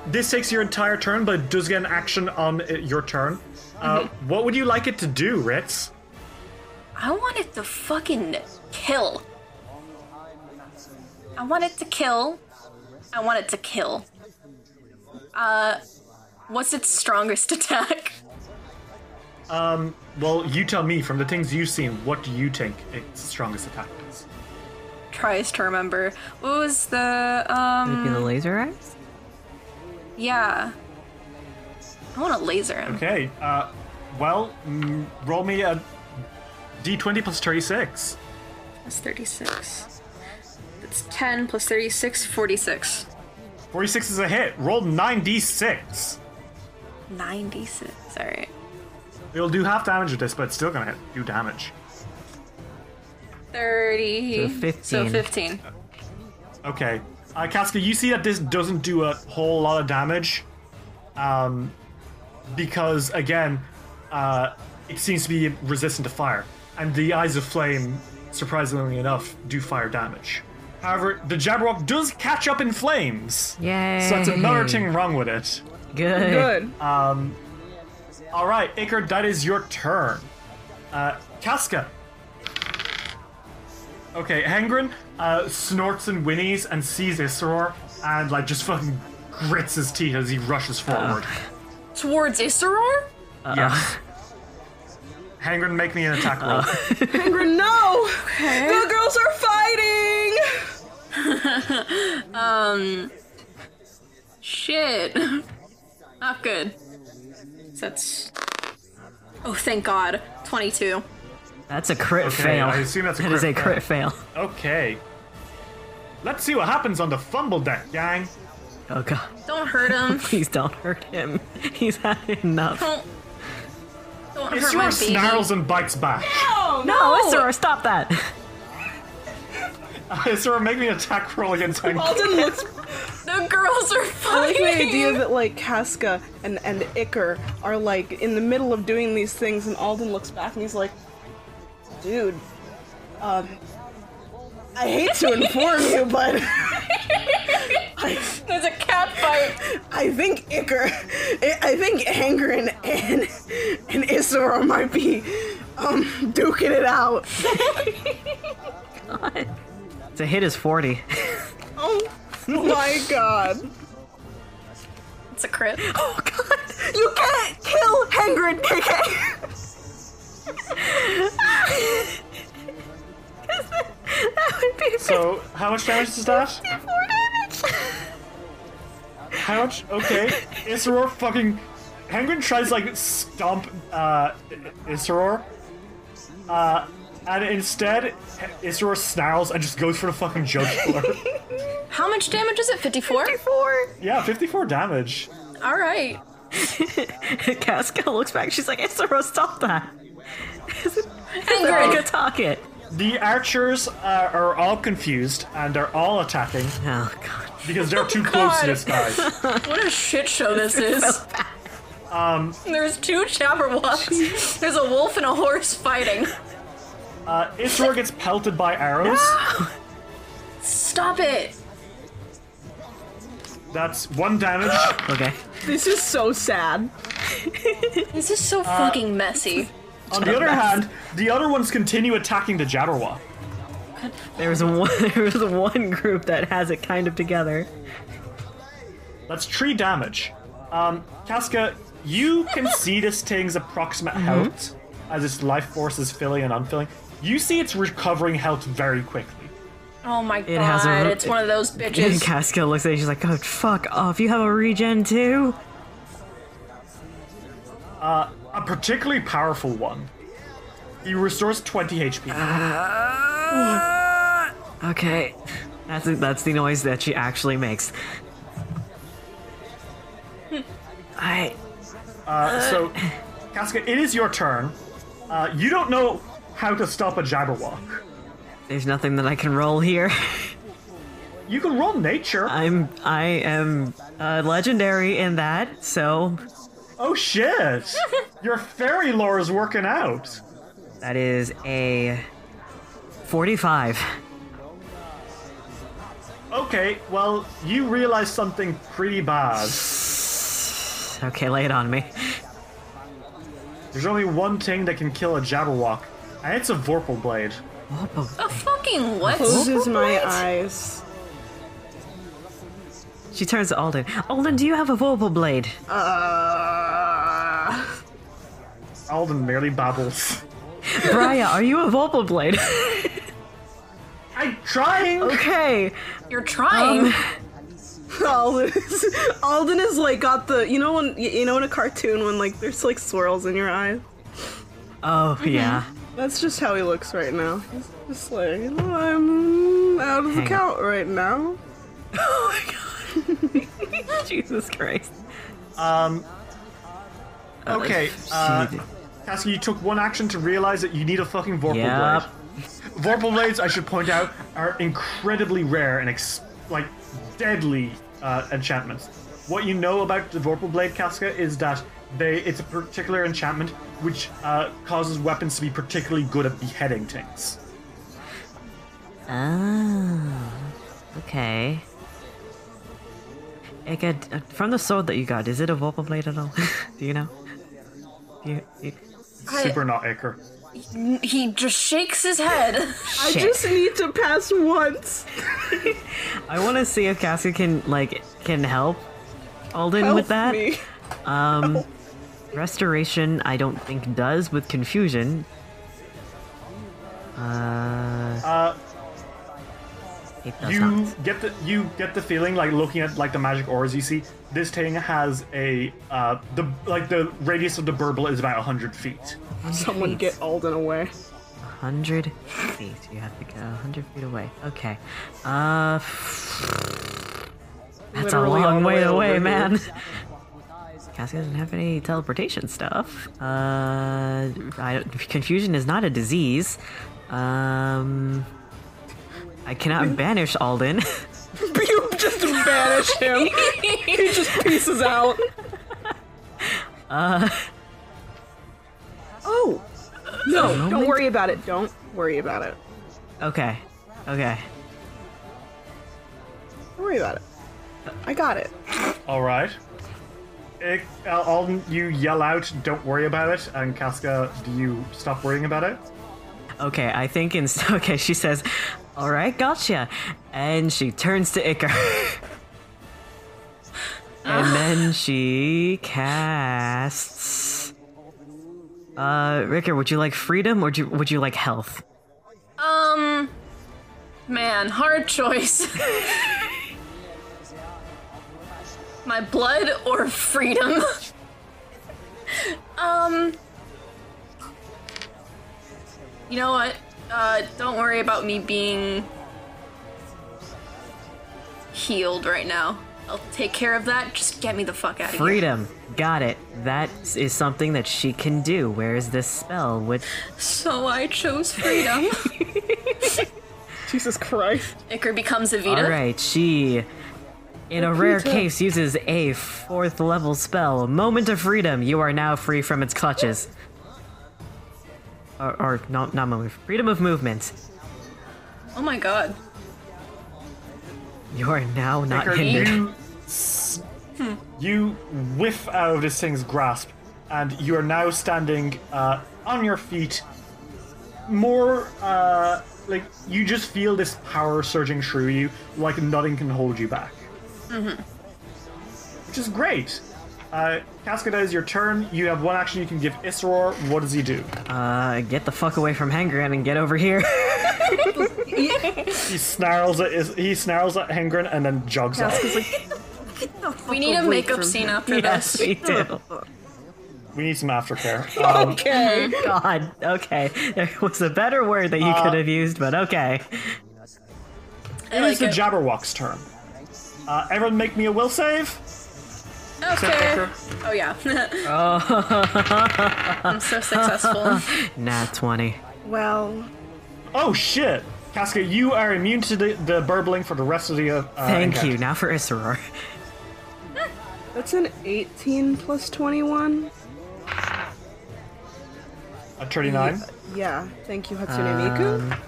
S1: this takes your entire turn, but it does get an action on uh, your turn. Uh, What would you like it to do, Ritz?
S2: I want it to fucking kill. I want it to kill. I want it to kill. Uh, what's its strongest attack?
S1: Um, well, you tell me from the things you've seen, what do you think its strongest attack is?
S2: Tries to remember. What was the um?
S4: Would it be the laser eyes?
S2: Yeah. I want to laser him.
S1: Okay, uh, well, mm, roll me a d20 plus 36.
S2: That's 36. That's 10 plus 36, 46.
S1: 46 is a hit. Roll 9d6.
S2: 96. Alright.
S1: It'll do half damage with this, but it's still gonna hit, do damage.
S2: 30.
S4: So 15.
S2: So 15.
S1: Okay. Uh, Casca, you see that this doesn't do a whole lot of damage, um, because again, uh, it seems to be resistant to fire, and the eyes of flame, surprisingly enough, do fire damage. However, the Jabberwock does catch up in flames.
S4: Yay.
S1: So that's another thing wrong with it.
S4: Good. Good.
S1: Um, all right, Icar, that is your turn. Uh, Casca. Okay, Hengrin uh, snorts and whinnies and sees Isror and like just fucking grits his teeth as he rushes forward.
S2: Towards Isseror?
S1: Yes. Hengrin, make me an attack roll.
S3: Angry, no! The girls are fighting!
S2: um. Shit. Not good. That's. Oh, thank God. 22.
S4: That's a crit
S1: Okay,
S4: fail.
S1: I assume that's a
S4: That
S1: crit
S4: is a crit fail.
S1: okay. Let's see what happens on the fumble deck, gang.
S4: Oh god.
S2: Don't hurt him.
S4: Please don't hurt him. He's had enough.
S2: Don't. Don't hurt my
S1: Isror
S2: baby. Oh,
S1: snarls and bites back.
S2: No,
S4: Oh, No, Isra, stop that.
S1: Isra, make me an attack roll against Hengrin.
S3: Alden looks.
S2: The girls are
S3: I like
S2: fighting.
S3: the idea that like Casca and and Icker are like in the middle of doing these things, and Alden looks back and he's like, "Dude, um, I hate to inform you, but
S2: There's a cat fight.
S3: I think Icker, I I think Angrin and and Isora might be um duking it out."
S4: To hit is 40.
S3: oh my god!
S2: It's a crit.
S3: Oh god! You can't kill Hengrin, KK.
S4: that would be
S1: So, how much damage is that? How much? Okay. Isror fucking. Hengrin tries like stomp uh, Isror. Uh, and instead, Isror snarls and just goes for the fucking jugular.
S2: How much damage is it? 54? 54.
S1: yeah, 54 damage.
S2: All right.
S4: Casca looks back. She's like, Isra, stop that.
S2: Angry.
S4: Good target.
S1: The archers uh, are all confused and they're all attacking.
S4: Oh, God.
S1: Because they're too close to this guy.
S2: what a shit show this is.
S1: Um,
S2: There's two Jabberwocks. There's a wolf and a horse fighting.
S1: uh, Isror gets pelted by arrows.
S2: Stop it.
S1: That's one damage.
S4: Okay.
S3: This is so sad.
S2: This is so
S1: Uh,
S2: fucking messy.
S1: On the other hand, the other ones continue attacking the Jabberwock.
S4: There's one, there's one group that has it kind of together.
S1: That's three damage. Um, Casca, you can see this thing's approximate health as its life force is filling and unfilling. You see it's recovering health very quickly.
S2: Oh my god,
S4: It has a ro-
S2: it's one of those
S4: And
S2: bitches.
S4: Casca looks at it. She's like, oh, fuck off. You have a regen too?
S1: Uh, a particularly powerful one. He restores 20 HP.
S4: Uh, Okay. That's, that's the noise that she actually makes. I.
S1: Uh, so, Casca, it is your turn. Uh, you don't know how to stop a Jabberwock.
S4: There's nothing that I can roll here.
S1: You can roll nature.
S4: I'm I am uh, legendary in that, so
S1: Oh shit! Your fairy lore is working out.
S4: that is a forty-five.
S1: Okay, well, you realize something pretty bad.
S4: Okay, lay it on me.
S1: There's only one thing that can kill a Jabberwock, and it's a Vorpal Blade.
S2: A fucking what?
S3: Closes my
S2: What?
S3: eyes.
S4: She turns to Alden. Alden, do you have a Vorpal blade?
S3: Uh,
S1: Alden merely babbles.
S4: Briar, are you a Vorpal blade?
S1: I'm trying.
S4: okay.
S2: You're trying.
S3: Alden is, Alden is like got the you know when you you know in a cartoon when like there's like swirls in your eye.
S4: Oh yeah.
S3: That's just how he looks right now. He's just like you know, I'm out of the
S4: Hang on.
S3: count right now.
S4: Jesus Christ.
S1: Um.
S4: Uh,
S1: Okay. Uh, Cassie, you took one action to realize that you need a fucking Vorpal
S4: Yep.
S1: Blade. Vorpal Blades, I should point out, are incredibly rare and ex- like deadly uh, enchantments. What you know about the Vorpal Blade Casca is that they it's a particular enchantment which uh, causes weapons to be particularly good at beheading things.
S4: Oh, okay. Again, uh, from the sword that you got, is it a Vorpal blade at all? Do you know? Do you, you...
S2: I- Super
S1: not Iker.
S4: Um,
S2: He just shakes his head.
S3: I just need to pass once.
S4: I want to see if Casca can like can help Alden
S3: Help
S4: with that.
S3: me.
S4: Um, restoration, I don't think does with confusion. Uh,
S1: Uh,
S4: it does
S1: you
S4: not.
S1: get the you get the feeling like looking at like the magic auras you see. This thing has a uh, the like the radius of the burble is about hundred feet.
S3: Someone get Alden away.
S4: Hundred feet. You have to get hundred feet away. Okay. Uh, that's a
S3: Literally all
S4: long
S3: the
S4: way
S3: way over
S4: away,
S3: here.
S4: man. Cassie doesn't have any teleportation stuff. Uh, I, don't- confusion is not a disease. Um, I cannot banish Alden.
S3: you just banish him. he just pieces out.
S4: Uh,
S3: Oh no!
S4: A
S3: Don't
S4: moment.
S3: worry about it. Don't worry about it.
S4: okay, okay.
S3: Don't worry about it. I got it.
S1: All right. Ick, uh, Alden, you yell out, "Don't worry about it," and Casca, do you stop worrying about it?
S4: Okay, I think in okay, she says, "All right, gotcha," and she turns to Icar, and then she casts. Uh, Ricker, would you like freedom or do you, would you like health?
S2: Um, man, hard choice. My blood or freedom? um, you know what? Uh, don't worry about me being healed right now. I'll take care of that. Just get me the fuck out of here.
S4: Freedom, got it. That is something that she can do. Where is this spell? What?
S2: So I chose freedom.
S3: Jesus Christ.
S2: Icker becomes a Vita.
S4: All right, she, in a rare
S2: Vita.
S4: case, uses a fourth level spell, Moment of Freedom. You are now free from its clutches. Or, or not, not moment. Freedom of movement.
S2: Oh my god.
S4: You are now not
S1: Iker,
S4: hindered.
S1: you s- You whiff out of this thing's grasp, and you are now standing uh, on your feet. More uh, like you just feel this power surging through you, like nothing can hold you back,
S2: Mm-hmm.
S1: which is great. Uh, Cascada is your turn. You have one action you can give Isror. What does he do?
S4: Uh, get the fuck away from Hangren and get over here.
S1: He snarls at Is- he snarls at Hengren and then jogs off.
S2: We need a makeup scene after
S4: yes,
S2: this.
S4: we do.
S1: We need some aftercare. Um,
S4: Okay. God. Okay. There was a better word that you
S1: Uh,
S4: could have used, but okay.
S1: It is the Jabberwock's turn. Uh, everyone, make me a will save.
S2: Okay. Oh yeah.
S4: Oh.
S2: I'm so successful.
S4: Nat twenty.
S3: Mm-hmm. Well.
S1: Oh shit, Casca, you are immune to the, the burbling for the rest of the. Uh,
S4: Thank
S1: encounter.
S4: you. Now for Isseror.
S3: That's an 18 plus 21.
S1: A thirty-nine.
S3: Yeah. Thank you, Hatsune Miku.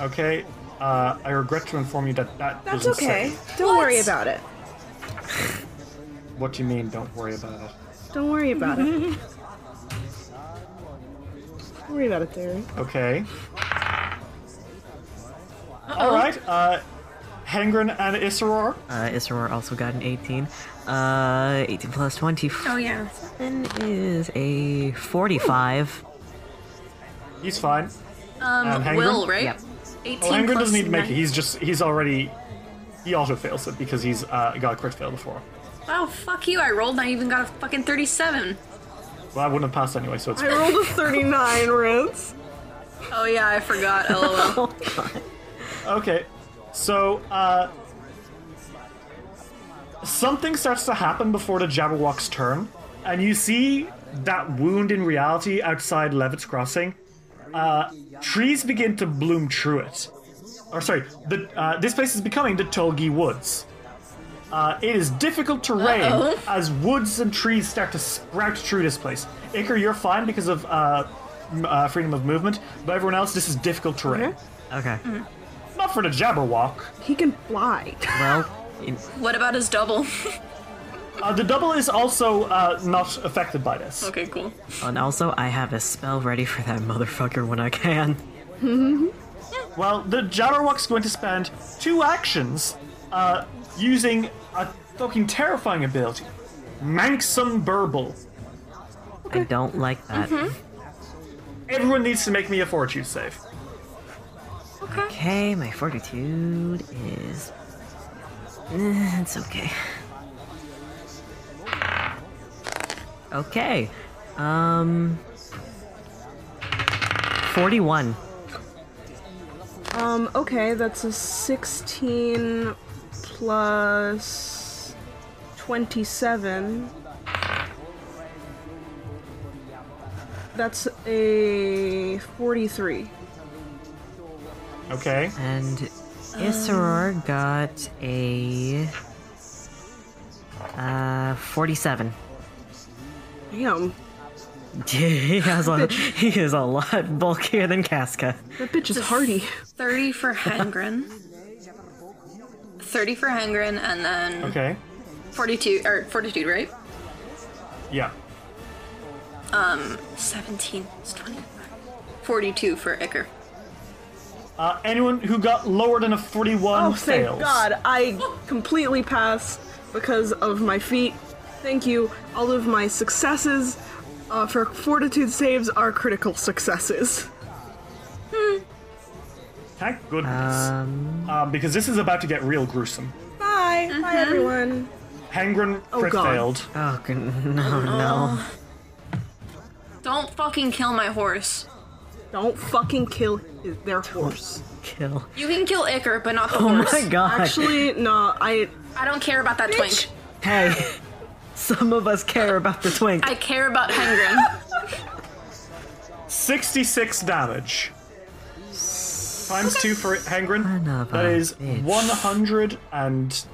S1: Okay. Uh, I regret to inform you that that.
S3: That's
S1: doesn't
S3: okay.
S1: save.
S3: Don't worry about it.
S1: What do you mean? Don't worry about it.
S3: Don't worry about it. Don't worry about it, Derry.
S1: Okay. All right. Uh, Hengren and Isseror.
S4: Uh, Isseror also got an 18. Uh, 18 plus 20
S2: Oh yeah.
S4: is a 45.
S1: He's fine.
S2: Um,
S1: Um, Hangman?
S2: Will, right?
S4: Yep.
S2: Eighteen.
S1: Well, Hengren
S2: plus
S1: doesn't need to make it.
S2: nine.
S1: He's just he's already he auto fails it because he's uh, got a crit fail before.
S2: Wow, fuck you! I rolled. and I even got a fucking thirty-seven.
S1: Well, I wouldn't have passed anyway, so it's.
S3: I rolled a 39, Rince.
S2: Oh yeah, I forgot. LOL.
S1: Okay, so uh, something starts to happen before the Jabberwock's turn, and you see that wound in reality outside Levitt's Crossing. Uh, trees begin to bloom through it. Or sorry, the, uh, this place is becoming the Tolgi Woods. Uh, it is difficult terrain
S2: Uh-oh.
S1: as woods and trees start to sprout through this place. Iker, you're fine because of uh, m- uh, freedom of movement, but everyone else, this is difficult terrain.
S4: Okay.
S2: Mm.
S1: Not for the Jabberwock.
S3: He can fly.
S4: Well,
S2: What about his double?
S1: uh, the double is also uh, not affected by this.
S2: okay, cool.
S4: and also I have a spell ready for that motherfucker when I can.
S1: well, the Jabberwock's going to spend two actions uh, using a fucking terrifying ability, Manxum Burble.
S4: I don't like that.
S2: Mm-hmm.
S1: Everyone needs to make me a fortitude save.
S4: Okay, my fortitude is. Eh, It's okay. Okay. Um. 41.
S3: Um, okay, that's a 16 plus 27. That's a 43.
S1: Okay.
S4: And Isseror got a. Uh, 47.
S3: Damn.
S4: he, has a, he is a lot bulkier than Casca.
S3: That bitch is hardy.
S2: 30 for Hengrin. 30 for Hengrin, and then
S1: Okay.
S2: 42, or 42, right?
S1: Yeah.
S2: Um, 17 is 20. 42 for Icker.
S1: Uh, anyone who got lower than a 41
S3: Oh, thank
S1: fails.
S3: God. I completely passed because of my feet. Thank you. All of my successes uh, for fortitude saves are critical successes.
S1: Thank goodness. Um... because this is about to get real gruesome.
S3: Bye. Bye, everyone.
S1: Hengrin
S3: Oh,
S1: crit
S3: God.
S1: failed.
S4: Oh, good. No, no.
S2: Don't fucking kill my horse.
S3: Don't fucking kill his, their horse.
S4: Kill.
S2: You can kill Icker, but not the
S4: Oh my
S2: horse.
S4: God.
S3: Actually, no. I
S2: I don't care about that twink.
S4: Hey, some of us care about the twink.
S2: I care about Hengrin.
S1: 66 damage. Times 2 for Hengrin. That is 100 and... Tw-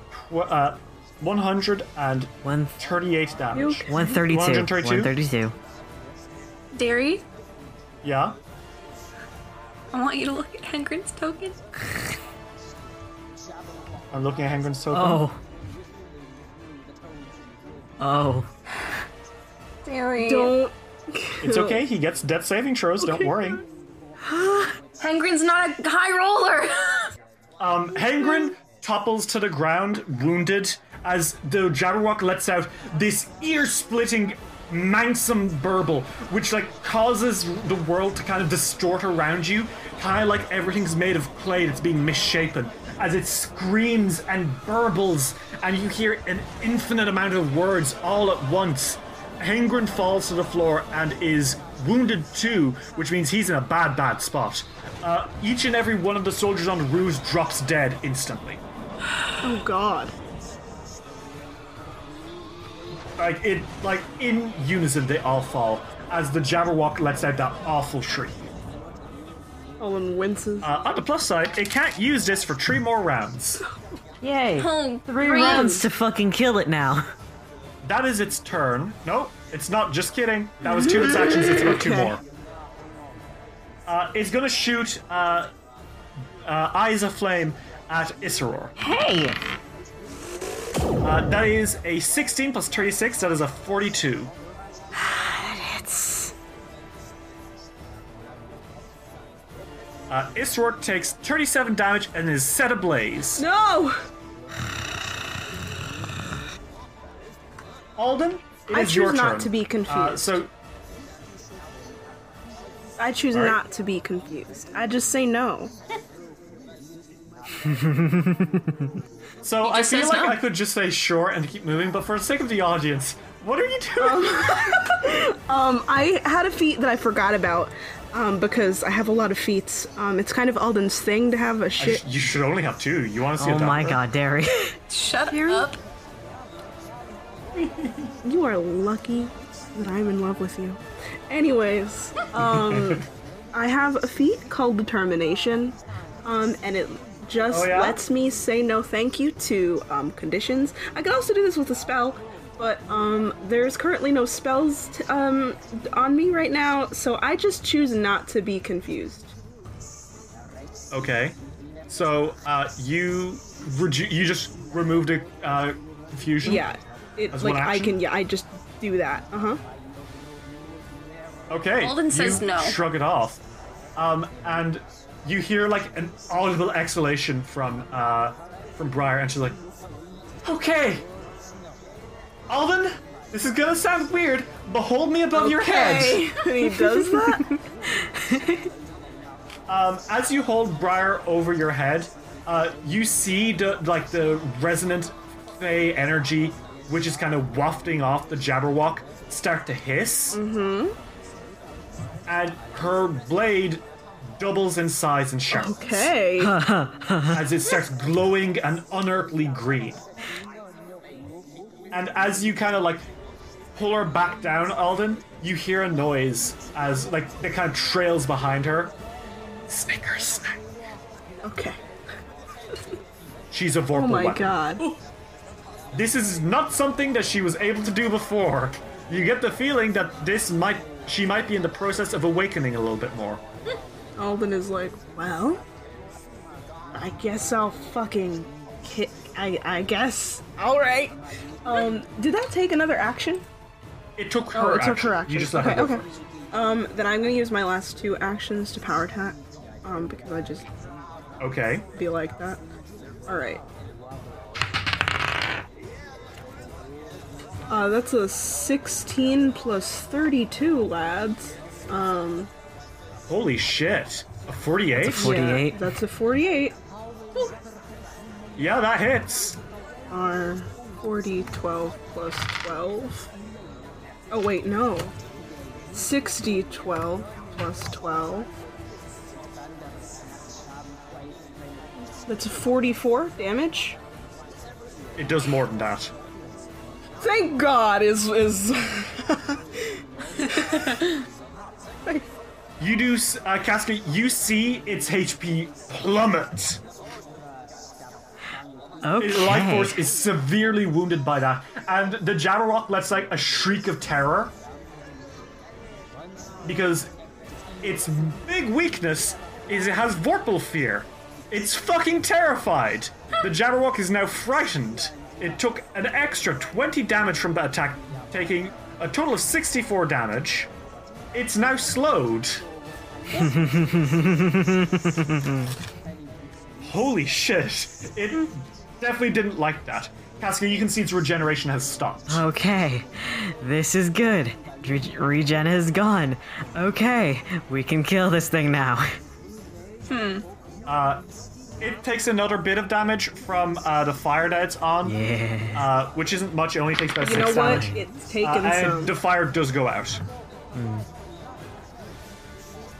S1: uh, 138 damage.
S4: 132. 132.
S2: Derry,
S1: Yeah.
S2: I want you to look at Hengrin's token.
S1: I'm looking at Hengrin's token.
S4: Oh. Oh.
S2: Derry.
S3: don't.
S1: It's okay. He gets death saving throws. Don't worry.
S2: Hengrin's not a high roller.
S1: Um, Hengrin topples to the ground, wounded, as the Jabberwock lets out this ear-splitting manxum burble, which like causes the world to kind of distort around you, kind of like everything's made of clay that's being misshapen. As it screams and burbles, and you hear an infinite amount of words all at once. Hengrin falls to the floor and is wounded too, which means he's in a bad, bad spot. Uh, each and every one of the soldiers on the ruse drops dead instantly.
S3: Oh God.
S1: Like it, like in unison, they all fall as the Jabberwock lets out that awful shriek.
S3: Olin winces.
S1: Uh, on the plus side, it can't use this for three more rounds.
S4: Yay.
S2: Oh,
S4: Three
S2: great.
S4: rounds to fucking kill it now.
S1: That is its turn. No, it's not. Just kidding. That was two of its actions. It's got two
S4: Okay.
S1: more. Uh, it's gonna shoot uh, uh, eyes aflame at Isseror.
S4: Hey!
S1: Uh, that is a 16 plus 36. That is a 42.
S4: It's.
S1: Uh, Isrork takes 37 damage and is set ablaze.
S3: No.
S1: Alden, it
S3: I
S1: is your
S3: choose not
S1: turn.
S3: to be confused.
S1: Uh, so,
S3: I choose
S1: All right.
S3: not to be confused. I just say no.
S1: so
S2: He
S1: I
S2: just
S1: feel
S2: says
S1: like
S2: no.
S1: I could just say sure and keep moving, but for the sake of the audience, what are you doing?
S3: Um, I had a feat that I forgot about. Um, because I have a lot of feats. Um, it's kind of Alden's thing to have a
S1: I
S3: shit.
S1: sh- you should only have two. You want to see
S4: Oh
S1: a
S4: my
S1: doctor?
S4: god, Derry.
S2: Shut up.
S3: You are lucky that I'm in love with you. Anyways, um, I have a feat called Determination, um, and it just
S6: Oh, yeah?
S3: lets me say no thank you to um, conditions. I could also do this with a spell, but um, there's currently no spells t- um, on me right now, so I just choose not to be confused.
S6: Okay. So uh, you reju- you just removed a uh, confusion.
S3: Yeah, it
S6: As one
S3: like I
S6: action?
S3: can. Yeah, I just do that. Uh huh.
S6: Okay.
S2: Alden
S6: you
S2: says no.
S6: Shrug it off. Um, and you hear like an audible exhalation from uh, from Briar, and she's like, "Okay, Alden, this is gonna sound weird, but hold me above your head."
S3: he does that.
S6: Um, as you hold Briar over your head, uh, you see the, like the resonant Fey energy, which is kind of wafting off the Jabberwock, start to hiss,
S3: Mm-hmm.
S6: and her blade doubles in size and sharpness.
S3: Okay.
S6: as it starts glowing an unearthly green. And as you kind of like pull her back down, Alden, you hear a noise as like it kind of trails behind her. Snicker snack.
S3: Okay.
S6: She's a Vorpal
S3: Oh my
S6: weapon.
S3: god.
S6: This is not something that she was able to do before. You get the feeling that this might she might be in the process of awakening a little bit more.
S3: Alden is like, well, I guess I'll fucking ki I, I guess. All right. Um, did that take another action?
S6: It took
S3: oh,
S6: her
S3: it took her
S6: action.
S3: action.
S6: You just let
S3: okay,
S6: her go
S3: okay. Um, then I'm gonna use my last two actions to power attack. Um, because I just
S6: Okay.
S3: be like that. All right. Uh, that's a 16 plus 32, lads. Um,
S6: Holy shit. A 48?
S3: yeah, that's a 48.
S6: yeah, that hits.
S3: are 40, 12 plus 12. Oh, wait, no. 60, 12 plus 12. That's a 44 damage.
S6: It does more than that.
S3: Thank God is is.
S6: You do, s- uh, Casca, you see its HP plummet. Its life
S4: Okay.
S6: force is severely wounded by that. And the Jabberwock lets like a shriek of terror. Because its big weakness is it has Vorpal fear. It's fucking terrified. The Jabberwock is now frightened. It took an extra 20 damage from that attack, taking a total of 64 damage. It's now slowed. Holy shit. It definitely didn't like that. Casca, you can see its regeneration has stopped.
S4: Okay, this is good. Re- regen is gone. Okay, we can kill this thing now.
S6: Hmm. Uh, it takes another bit of damage from uh, the fire that it's on, uh, which isn't much. It only takes about
S3: You
S6: six
S3: know what?
S6: damage.
S3: It's taken
S6: uh, and
S3: some.
S6: The fire does go out.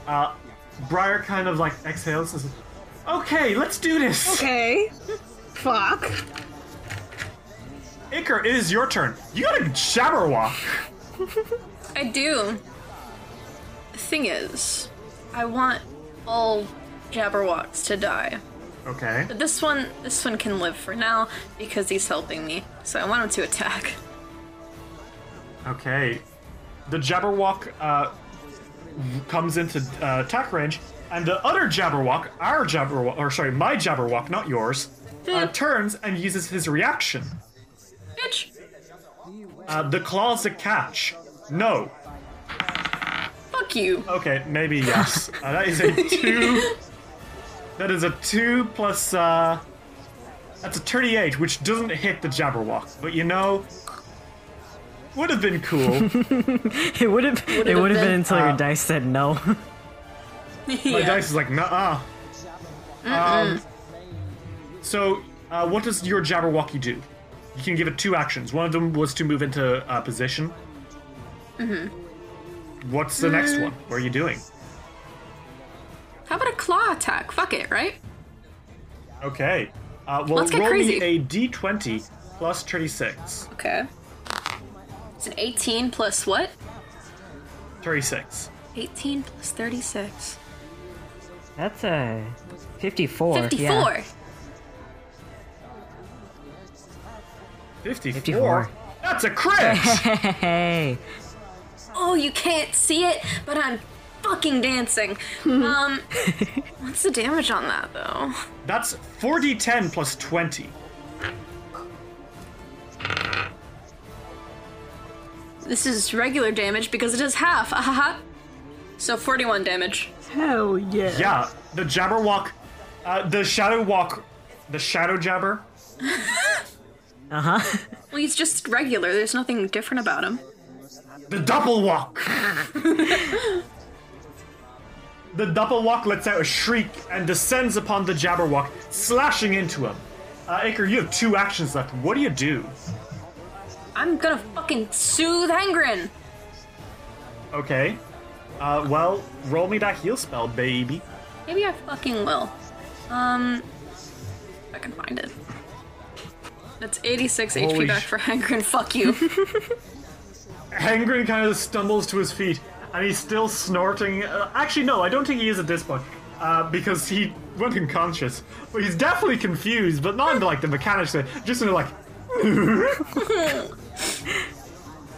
S6: Uh, Briar kind of like exhales. And says, okay, let's do this.
S3: Okay. Fuck.
S6: Iker, it is your turn. You got a Jabberwock.
S2: I do. The thing is, I want all Jabberwocks to die.
S6: Okay.
S2: But this one, this one can live for now because he's helping me. So I want him to attack.
S6: Okay. The Jabberwock uh, comes into uh, attack range, and the other Jabberwock, our Jabberwock, or sorry, my Jabberwock, not yours, uh, turns and uses his reaction.
S2: Bitch.
S6: Uh, the claws to catch. No.
S2: Fuck you.
S6: Okay, maybe yes. Uh, that is a two. that is a two plus. Uh, that's a 38, which doesn't hit the Jabberwock, but you know, would have been cool.
S4: it would have. It would have been until your dice said no.
S6: My dice is like, nah. Um, so, uh, what does your Jabberwocky do? You can give it two actions. One of them was to move into uh, position.
S2: hmm
S6: What's the next
S2: Mm.
S6: one? What are you doing?
S2: How about a claw attack? Fuck it, right?
S6: Okay. Uh, well,
S2: Let's get
S6: roll
S2: crazy.
S6: me a d20 plus 36.
S2: Okay. It's an 18 plus what?
S6: 36.
S2: 18 plus 36.
S4: That's a fifty-four.
S2: 54.
S4: yeah.
S6: 54?
S4: 54.
S6: That's a crit!
S4: Hey.
S2: Oh, you can't see it, but I'm fucking dancing. um, what's the damage on that though?
S6: That's 4d10 plus 20.
S2: This is regular damage because it is half. Ahaha. So 41 damage.
S3: Hell yeah.
S6: Yeah, the Jabberwock, uh, the Shadow Walk, the Shadow Jabber.
S4: Uh huh.
S2: Well, he's just regular. There's nothing different about him.
S6: The double walk. the double walk lets out a shriek and descends upon the Jabberwock, slashing into him. Uh, Iker, you have two actions left. What do you do?
S2: I'm gonna fucking soothe Hengrin.
S6: Okay. Uh, well, roll me that heal spell, baby.
S2: Maybe I fucking will. Um, if I can find it. That's 86
S6: Holy
S2: HP back
S6: sh-
S2: for Hengrin. Fuck you.
S6: Hangrin kind of stumbles to his feet, and he's still snorting. Uh, actually, no, I don't think he is at this point, uh, because he went unconscious. But he's definitely confused, but not in like the mechanics. of it, Just in like,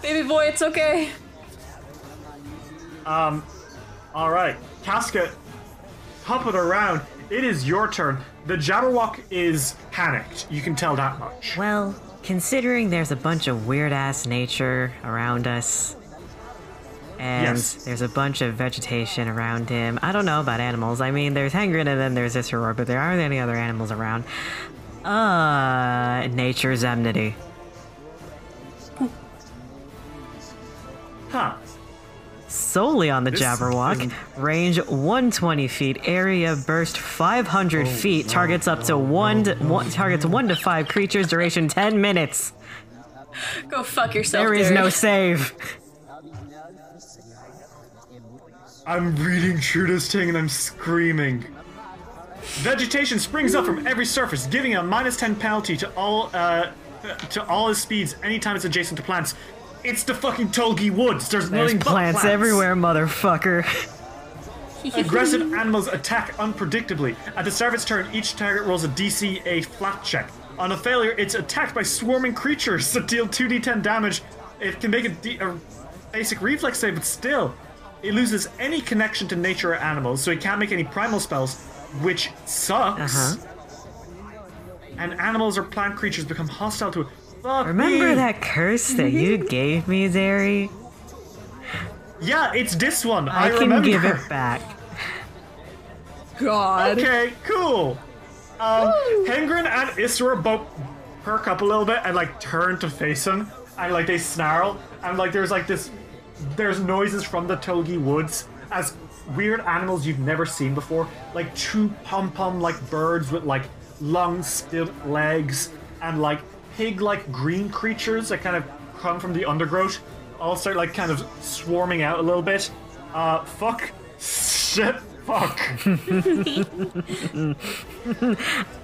S2: Baby boy, it's okay.
S6: um, all right, Casca, hop it around. It is your turn. The Jabberwock is panicked. You can tell that much.
S4: Well, considering there's a bunch of weird ass nature around us, and
S6: Yes.
S4: there's a bunch of vegetation around him, I don't know about animals. I mean, there's Hengrin and then there's Isseror, but there aren't any other animals around. Uh, nature's enmity.
S6: Huh.
S4: Solely on the Jabberwock. Range 120 feet. Area burst 500 feet. targets up to one, to, one. Targets one to five creatures. Duration 10 minutes.
S2: Go fuck yourself.
S4: There is
S2: Derek.
S4: no save.
S6: I'm reading through this thing and I'm screaming. Vegetation springs up from every surface, giving a minus 10 penalty to all uh, to all his speeds anytime it's adjacent to plants. It's the fucking Tolgi Woods. There's,
S4: There's
S6: nothing but
S4: plants everywhere, motherfucker.
S6: Aggressive animals attack unpredictably. At the start of its turn, each target rolls a DC a flat check. On a failure, it's attacked by swarming creatures that deal 2d10 damage. It can make a, D- a basic reflex save, but still, it loses any connection to nature or animals, so it can't make any primal spells, which sucks.
S4: Uh-huh.
S6: And animals or plant creatures become hostile to it. Fuck
S4: Remember
S6: me.
S4: that curse that
S6: Mm-hmm.
S4: you gave me, Zeri?
S6: Yeah, it's this one. I,
S4: I, can
S6: remember.
S4: give it back.
S1: God.
S6: Okay, cool. Um, Hengrin and Isra both perk up a little bit and like turn to face him, and like they snarl, and like there's like this, there's noises from the Togi woods as weird animals you've never seen before, like two pom pom like birds with like long stiff legs and like pig like green creatures that kind of come from the undergrowth, all start like kind of swarming out a little bit. Uh, fuck, shit, fuck.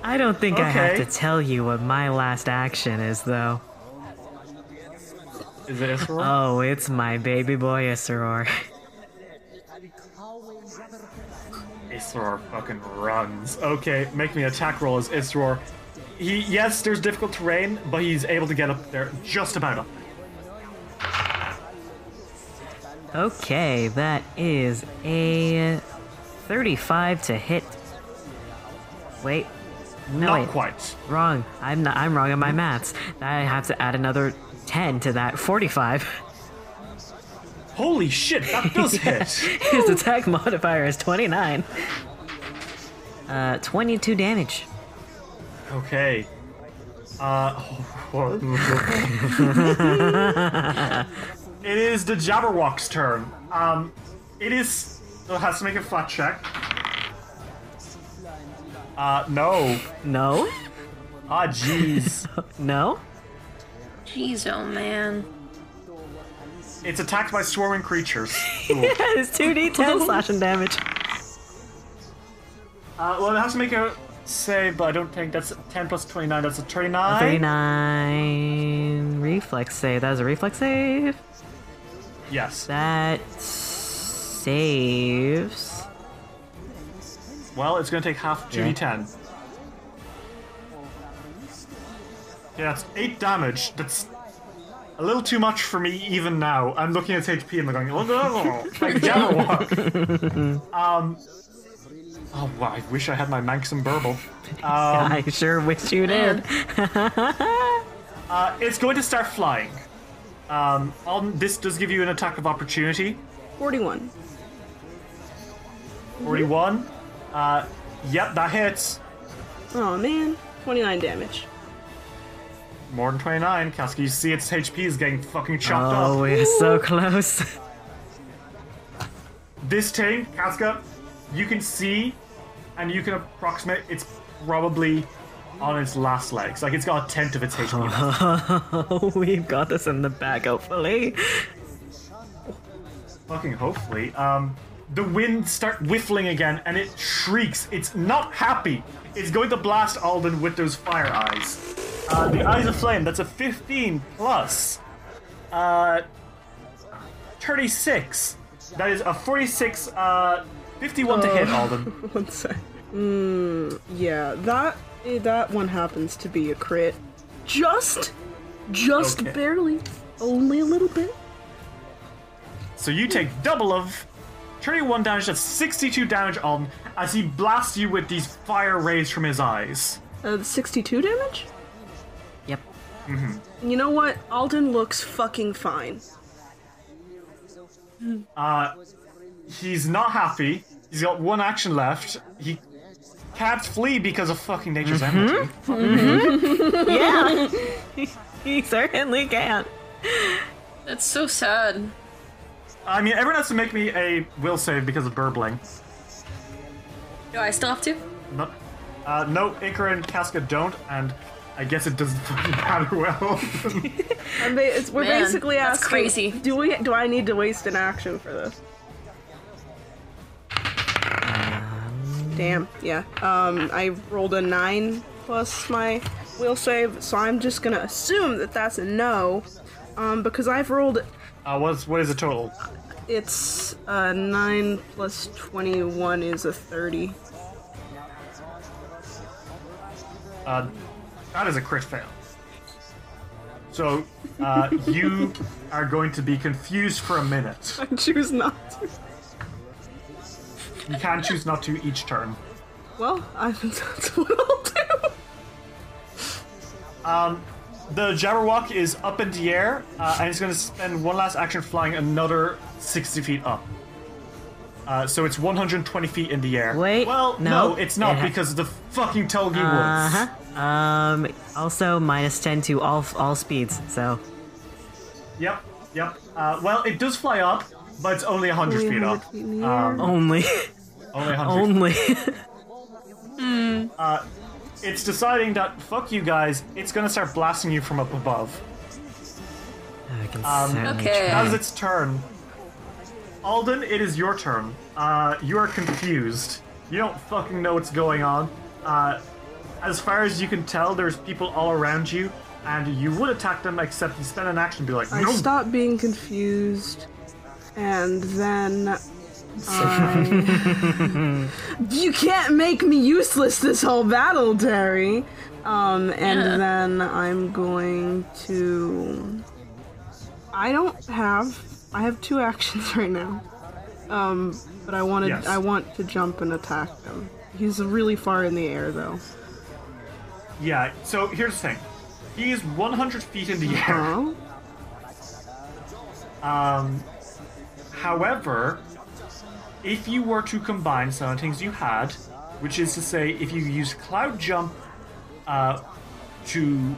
S4: I don't think I have
S6: Okay.
S4: to tell you what my last action is, though.
S6: Is it Isra?
S4: Oh, it's my baby boy Isseror.
S6: Isror fucking runs. Okay, make me attack roll as Isror. He yes, there's difficult terrain, but he's able to get up there just about up.
S4: Okay, that is a 35 to hit. Wait. No,
S6: Not
S4: wait.
S6: quite.
S4: Wrong. I'm not, I'm wrong on my maths. I have to add another 10 to that 45.
S6: Holy shit, that does hit.
S4: His attack modifier is 29. Uh, 22 damage.
S6: Okay. Uh It is the Jabberwock's turn. Um it is it has to make a flat check. Uh no.
S4: No?
S6: Ah jeez.
S4: No?
S2: Jeez, oh man.
S6: it's attacked by swarming creatures. Cool.
S4: it's 2d10 slashing damage.
S6: Uh, well, it has to make a save, but I don't think that's 10 plus 29. That's a 39.
S4: 39 reflex save. That was a reflex save?
S6: Yes.
S4: That saves.
S6: Well, it's going to take half
S4: Yeah.
S6: 2d10. Yeah, that's eight damage. That's a little too much for me even now. I'm looking at his HP and I'm going, "Oh, look at that Jabberwock. Um. Oh, wow, I wish I had my Manx and Burble. Um,
S4: I sure wish you did.
S6: uh, it's going to start flying. Um, on, this does give you an attack of opportunity.
S3: 41.
S6: 41. Uh, yep, that hits.
S3: Oh man, 29 damage.
S6: More than 29. Casca, you see its HP is getting fucking chopped up.
S4: oh, we're so close.
S6: This thing, Casca, you can see and you can approximate it's probably on its last legs. Like it's got a tenth of its HP. left.
S4: Oh, We've got this in the bag, hopefully.
S6: Fucking hopefully. Um, the wind start whiffling again, and it shrieks. It's not happy. It's going to blast Alden with those fire eyes. Uh, the eyes of flame. That's a 15 plus. Uh, 36. That is a 46. Uh, 51 to hit
S3: Oh.
S6: Alden.
S3: One sec. Mm, yeah, that eh, that one happens to be a crit. Just, just
S6: Okay.
S3: barely, only a little bit.
S6: So you take double of 31 damage. That's 62 damage Alden, as he blasts you with these fire rays from his eyes.
S3: Uh, 62 damage.
S4: Yep.
S6: Mm-hmm.
S3: You know what? Alden looks fucking fine.
S6: Uh, he's not happy. He's got one action left. He can't flee because of fucking nature's enmity.
S4: yeah, he certainly can.
S2: That's so sad.
S6: I mean, everyone has to make me a will save because of burbling.
S2: Do I still have to?
S6: No, uh, no Ikra and Casca don't, and I guess it doesn't fucking matter well.
S3: And they, it's, we're
S2: Man,
S3: basically
S2: that's
S3: asking,
S2: crazy.
S3: do we? Do I need to waste an action for this? Damn. Yeah. Um, I rolled a nine plus my will save, so I'm just gonna assume that that's a no, um, because I've rolled
S6: uh, what's, what is the total?
S3: It's uh, 9 plus 21 is a 30.
S6: Uh, that is a crit fail. So uh, you are going to be confused for a minute.
S3: I choose not to.
S6: You can choose not to each turn.
S3: Well, I think that's what I'll do.
S6: Um, the Jabberwock is up in the air, uh, and it's going to spend one last action flying another 60 feet up. Uh, so it's 120 feet in the air.
S4: Wait,
S6: Well, no,
S4: no,
S6: it's not
S4: it ha-
S6: because of the fucking Telgi
S4: Uh
S6: Woods.
S4: huh. Um. Also, minus ten to all all speeds. So.
S6: Yep, yep. Uh, well, it does fly up, but it's only 100
S4: Only
S6: feet
S4: 100
S6: up.
S4: feet in the
S6: Um,
S4: air. Only.
S6: Only 100
S4: Only.
S6: Uh, it's deciding that, fuck you guys, it's going to start blasting you from up above.
S4: I can
S6: Um,
S4: certainly
S6: okay.
S4: try.
S6: That is its turn. Alden, it is your turn. Uh, you are confused. You don't fucking know what's going on. Uh, as far as you can tell, there's people all around you, and you would attack them, except you spend an action and be like,
S3: I
S6: no.
S3: stopped being confused, and then. I- you can't make me useless this whole battle, Terry! Um, and
S2: Yeah.
S3: then I'm going to. I don't have. I have two actions right now. Um, but I wanted.
S15: Yes.
S3: I want to jump and attack him. He's really far in the air, though.
S6: Yeah, so here's the thing. He is 100 feet in
S3: Uh-huh.
S6: the air. Um, however, if you were to combine some of the things you had, which is to say, if you use Cloud Jump uh, to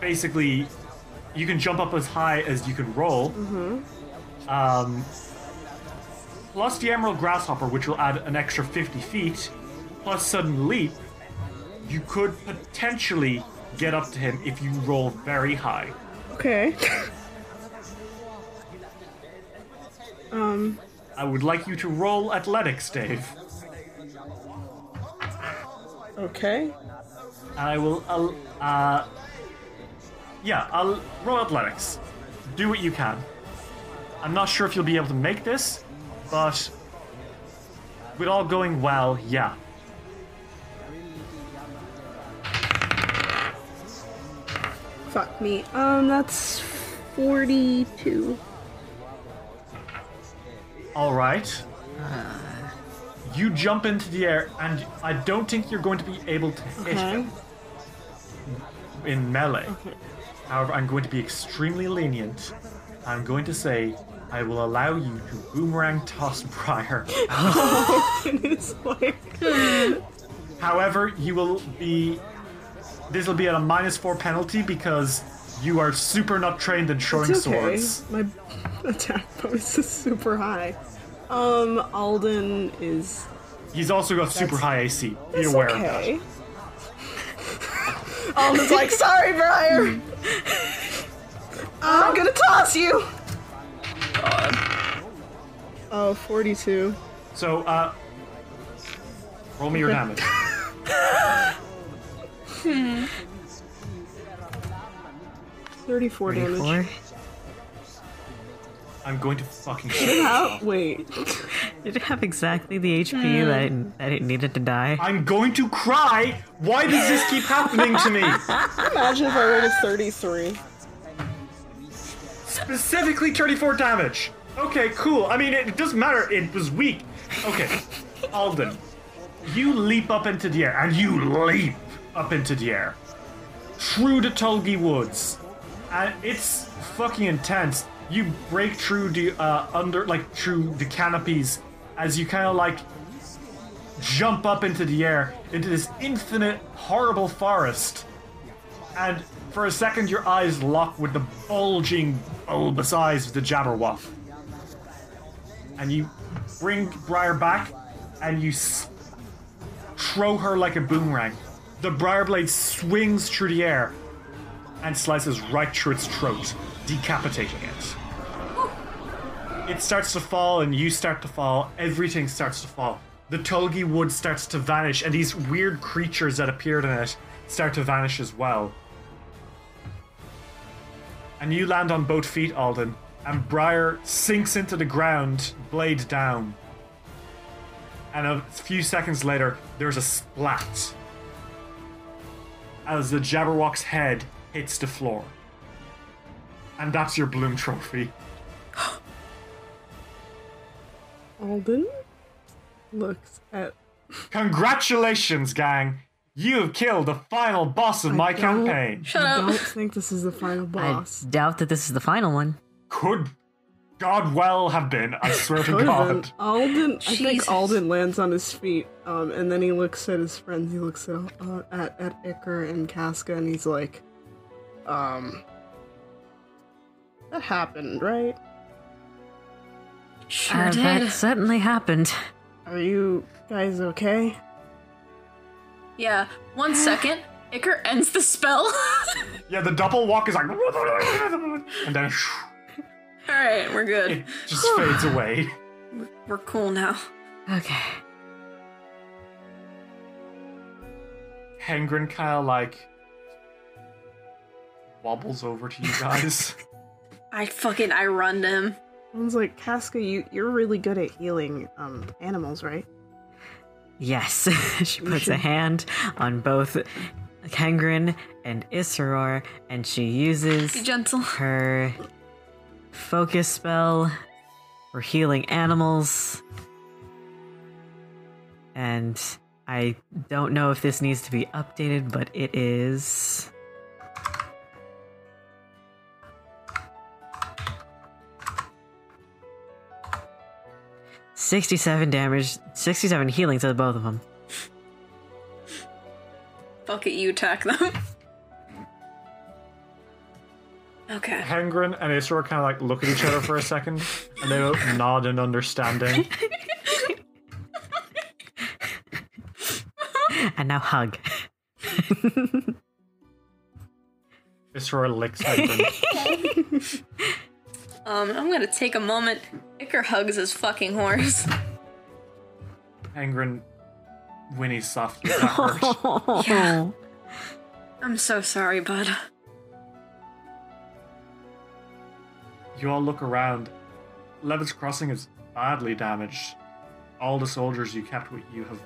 S6: basically, you can jump up as high as you can roll,
S3: Mm-hmm.
S6: um, plus the Emerald Grasshopper, which will add an extra 50 feet, plus Sudden Leap, you could potentially get up to him if you roll very high.
S3: Oh, Okay. um.
S6: I would like you to roll athletics, Dave.
S3: Okay.
S6: I will. I'll, uh, yeah, I'll roll athletics. Do what you can. I'm not sure if you'll be able to make this, but with all going well, yeah.
S3: Fuck me. Um, that's 42.
S6: All right. You jump into the air, and I don't think you're going to be able to hit
S3: Okay.
S6: him in melee. However, I'm going to be extremely lenient. I'm going to say I will allow you to boomerang toss Briar. However, you will be. This will be at a minus four penalty because you are super not trained in throwing
S3: it's okay.
S6: swords.
S3: My attack bonus is super high. Um, Alden is
S6: He's also got super
S3: That's-
S6: high AC. Be
S3: It's
S6: aware
S3: okay.
S6: of that.
S3: Alden's like, sorry, Briar. I'm gonna toss you. Oh, 42.
S6: So, uh, roll me your
S3: Okay.
S6: damage.
S3: Hmm. 34 damage.
S6: I'm going to fucking
S3: Shut up. Wait.
S4: Did it have exactly the HP
S3: Hmm.
S4: that, it, that it needed to die?
S6: I'm going to cry! Why does this keep happening to me?
S3: Imagine if I rolled a 33.
S6: Specifically 34 damage. Okay, cool. I mean, it doesn't matter. It was weak. Okay, Alden, you leap up into the air, and you leap up into the air. Through the Tulgi Woods. And it's fucking intense. You break through the, uh, under, like, through the canopies as you kind of, like, jump up into the air into this infinite, horrible forest. And for a second, your eyes lock with the bulging, bulbous eyes of the Jabberwock. And you bring Briar back, and you s- throw her like a boomerang. The Briar Blade swings through the air and slices right through its throat, decapitating it. It starts to fall, and you start to fall. Everything starts to fall. The Tolgi wood starts to vanish, and these weird creatures that appeared in it start to vanish as well. And you land on both feet, Alden, and Briar sinks into the ground, blade down. And a few seconds later, there's a splat as the Jabberwock's head hits the floor. And that's your bloom trophy.
S3: Alden looks at.
S6: Congratulations, gang! You have killed the final boss of my campaign.
S3: I don't think this is the final
S4: I
S3: boss.
S4: doubt that this is the final one.
S6: Could God well have been, I swear to
S3: Could've been.
S6: God.
S3: Alden, I
S2: Jesus.
S3: think Alden lands on his feet, um, and then he looks at his friends. He looks at uh, at, at Iker and Casca, and he's like, um, that happened, right?
S4: Uh, that certainly happened.
S3: Are you guys okay?
S2: Yeah. One second. Iker ends the spell.
S6: Yeah, the double walk is like. And then
S2: All right, we're good.
S6: it just fades away.
S2: We're cool now.
S4: Okay.
S6: Hengrin kind of like wobbles over to you guys.
S2: I fucking I run them.
S3: Alden's like, Casca, you you're really good at healing um animals, right?
S4: Yes, she puts a hand on both Kengrin and Isseror, and she uses
S2: Be gentle.
S4: her focus spell for healing animals. And I don't know if this needs to be updated, but it is. Sixty-seven damage, sixty-seven healing to the both of them.
S2: Fuck it, you attack them. okay.
S6: Hengrin and Isra kind of like look at each other for a second, and they both nod in understanding.
S4: And now hug.
S6: Isra licks Hengrin.
S2: Um, I'm gonna take a moment. Iker hugs his fucking horse.
S6: Hengrin whinnies softly. "That hurt."
S2: Yeah. I'm so sorry, bud.
S6: You all look around. Levitt's Crossing is badly damaged. All the soldiers you kept with you have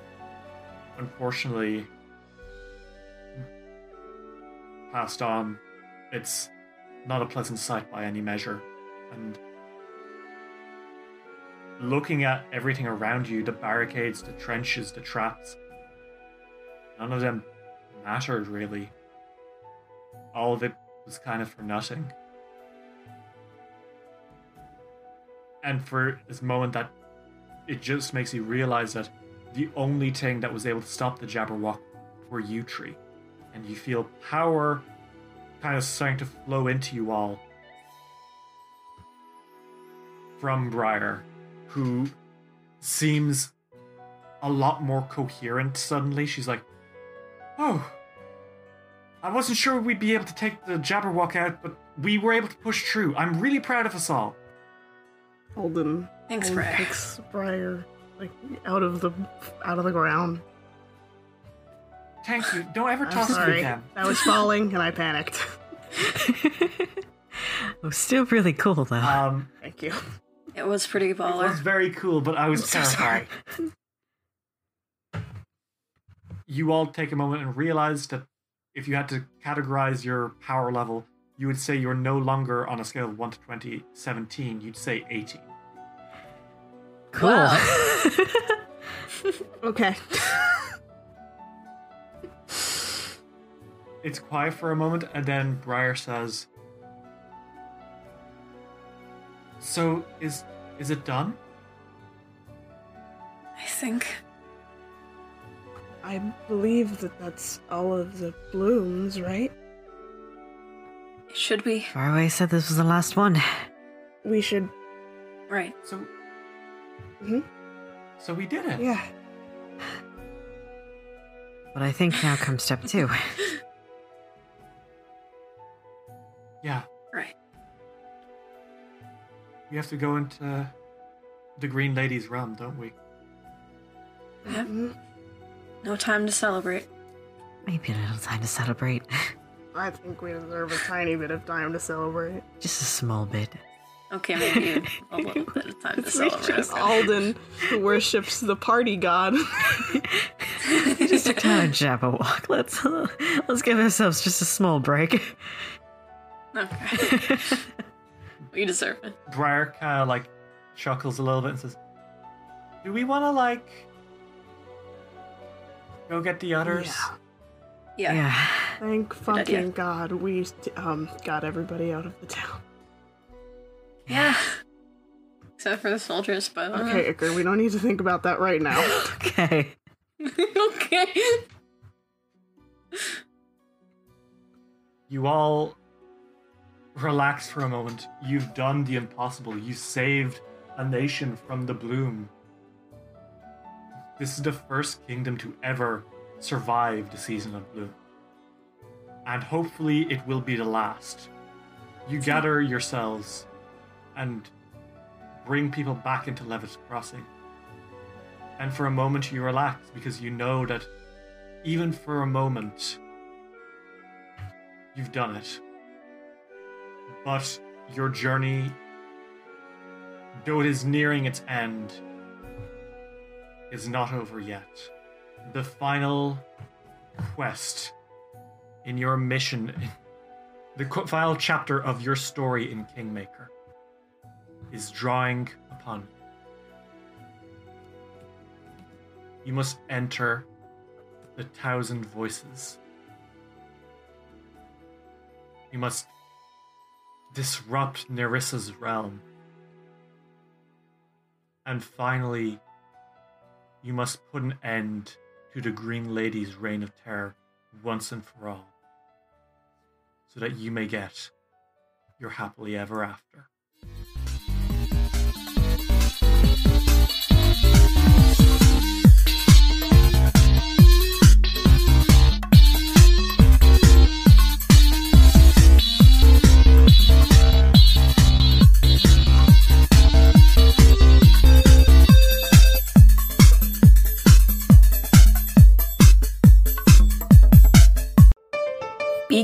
S6: unfortunately passed on.
S1: It's not a pleasant sight by any measure. And looking at everything around you the barricades, the trenches, the traps none of them mattered really. All of it was kind of for nothing. And for this moment, that it just makes you realize that the only thing that was able to stop the Jabberwock were you tree, and you feel power kind of starting to flow into you all from Briar, who seems a lot more coherent suddenly. She's like, "Oh, I wasn't sure we'd be able to take the Jabberwock out, but we were able to push through. I'm really proud of us all."
S3: Alden.
S2: Thanks,
S3: Alden
S2: Briar.
S3: Picks Briar, like out of the out of the ground.
S1: Thank you. Don't ever
S3: I'm
S1: toss me
S3: Oh, sorry.
S1: again.
S3: That was falling, and I panicked.
S4: It was Oh, still really cool though.
S1: Um,
S3: Thank you.
S2: It was pretty baller.
S1: That's very cool, but I was
S2: I'm so
S1: terrified. you all take a moment and realize that if you had to categorize your power level, you would say you're no longer on a scale of 1 to 20, 17, you'd say 18.
S4: Cool.
S3: okay.
S1: It's quiet for a moment, and then Briar says, "So is is it done?"
S2: I think.
S3: I believe that that's all of the blooms, right?
S2: It should be.
S4: Faraway said this was the last one.
S3: We should.
S2: Right.
S1: So
S2: Mm-hmm.
S3: hmm
S1: So we did it.
S3: Yeah.
S4: But I think now comes step two.
S1: Yeah.
S2: Right.
S1: We have to go into the Green Lady's realm, don't we?
S2: Yep. No time to celebrate.
S4: Maybe a little time to celebrate.
S3: I think we deserve a tiny bit of time to celebrate.
S4: Just a small bit.
S2: Okay, maybe a little bit of time to
S3: It's really
S2: celebrate.
S3: just Alden, who worships the party god.
S4: Just a kind of Jabberwock. Let's let's give ourselves just a small break.
S2: Okay. we deserve it.
S1: Briar kind of like chuckles a little bit and says, "Do we want to like go get the others?"
S2: Yeah.
S3: Thank
S2: idea.
S3: fucking god we um got everybody out of the town.
S2: Yeah. Except for the soldiers, but uh,
S3: Okay, Iker, we don't need to think about that right now.
S4: Okay.
S2: okay.
S1: You all relax for a moment. You've done the impossible. You saved a nation from the bloom. This is the first kingdom to ever survive the season of bloom. And hopefully it will be the last. You gather yourselves and bring people back into Levitt Crossing. And for a moment you relax because you know that even for a moment, you've done it. But your journey, though it is nearing its end, is not over yet. The final quest in your mission, the qu- final chapter of your story in Kingmaker, is drawing upon you. You must enter the Thousand Voices. You must disrupt Nerissa's realm. And finally, you must put an end to the Green Lady's reign of terror once and for all, so that you may get your happily ever after.
S2: Be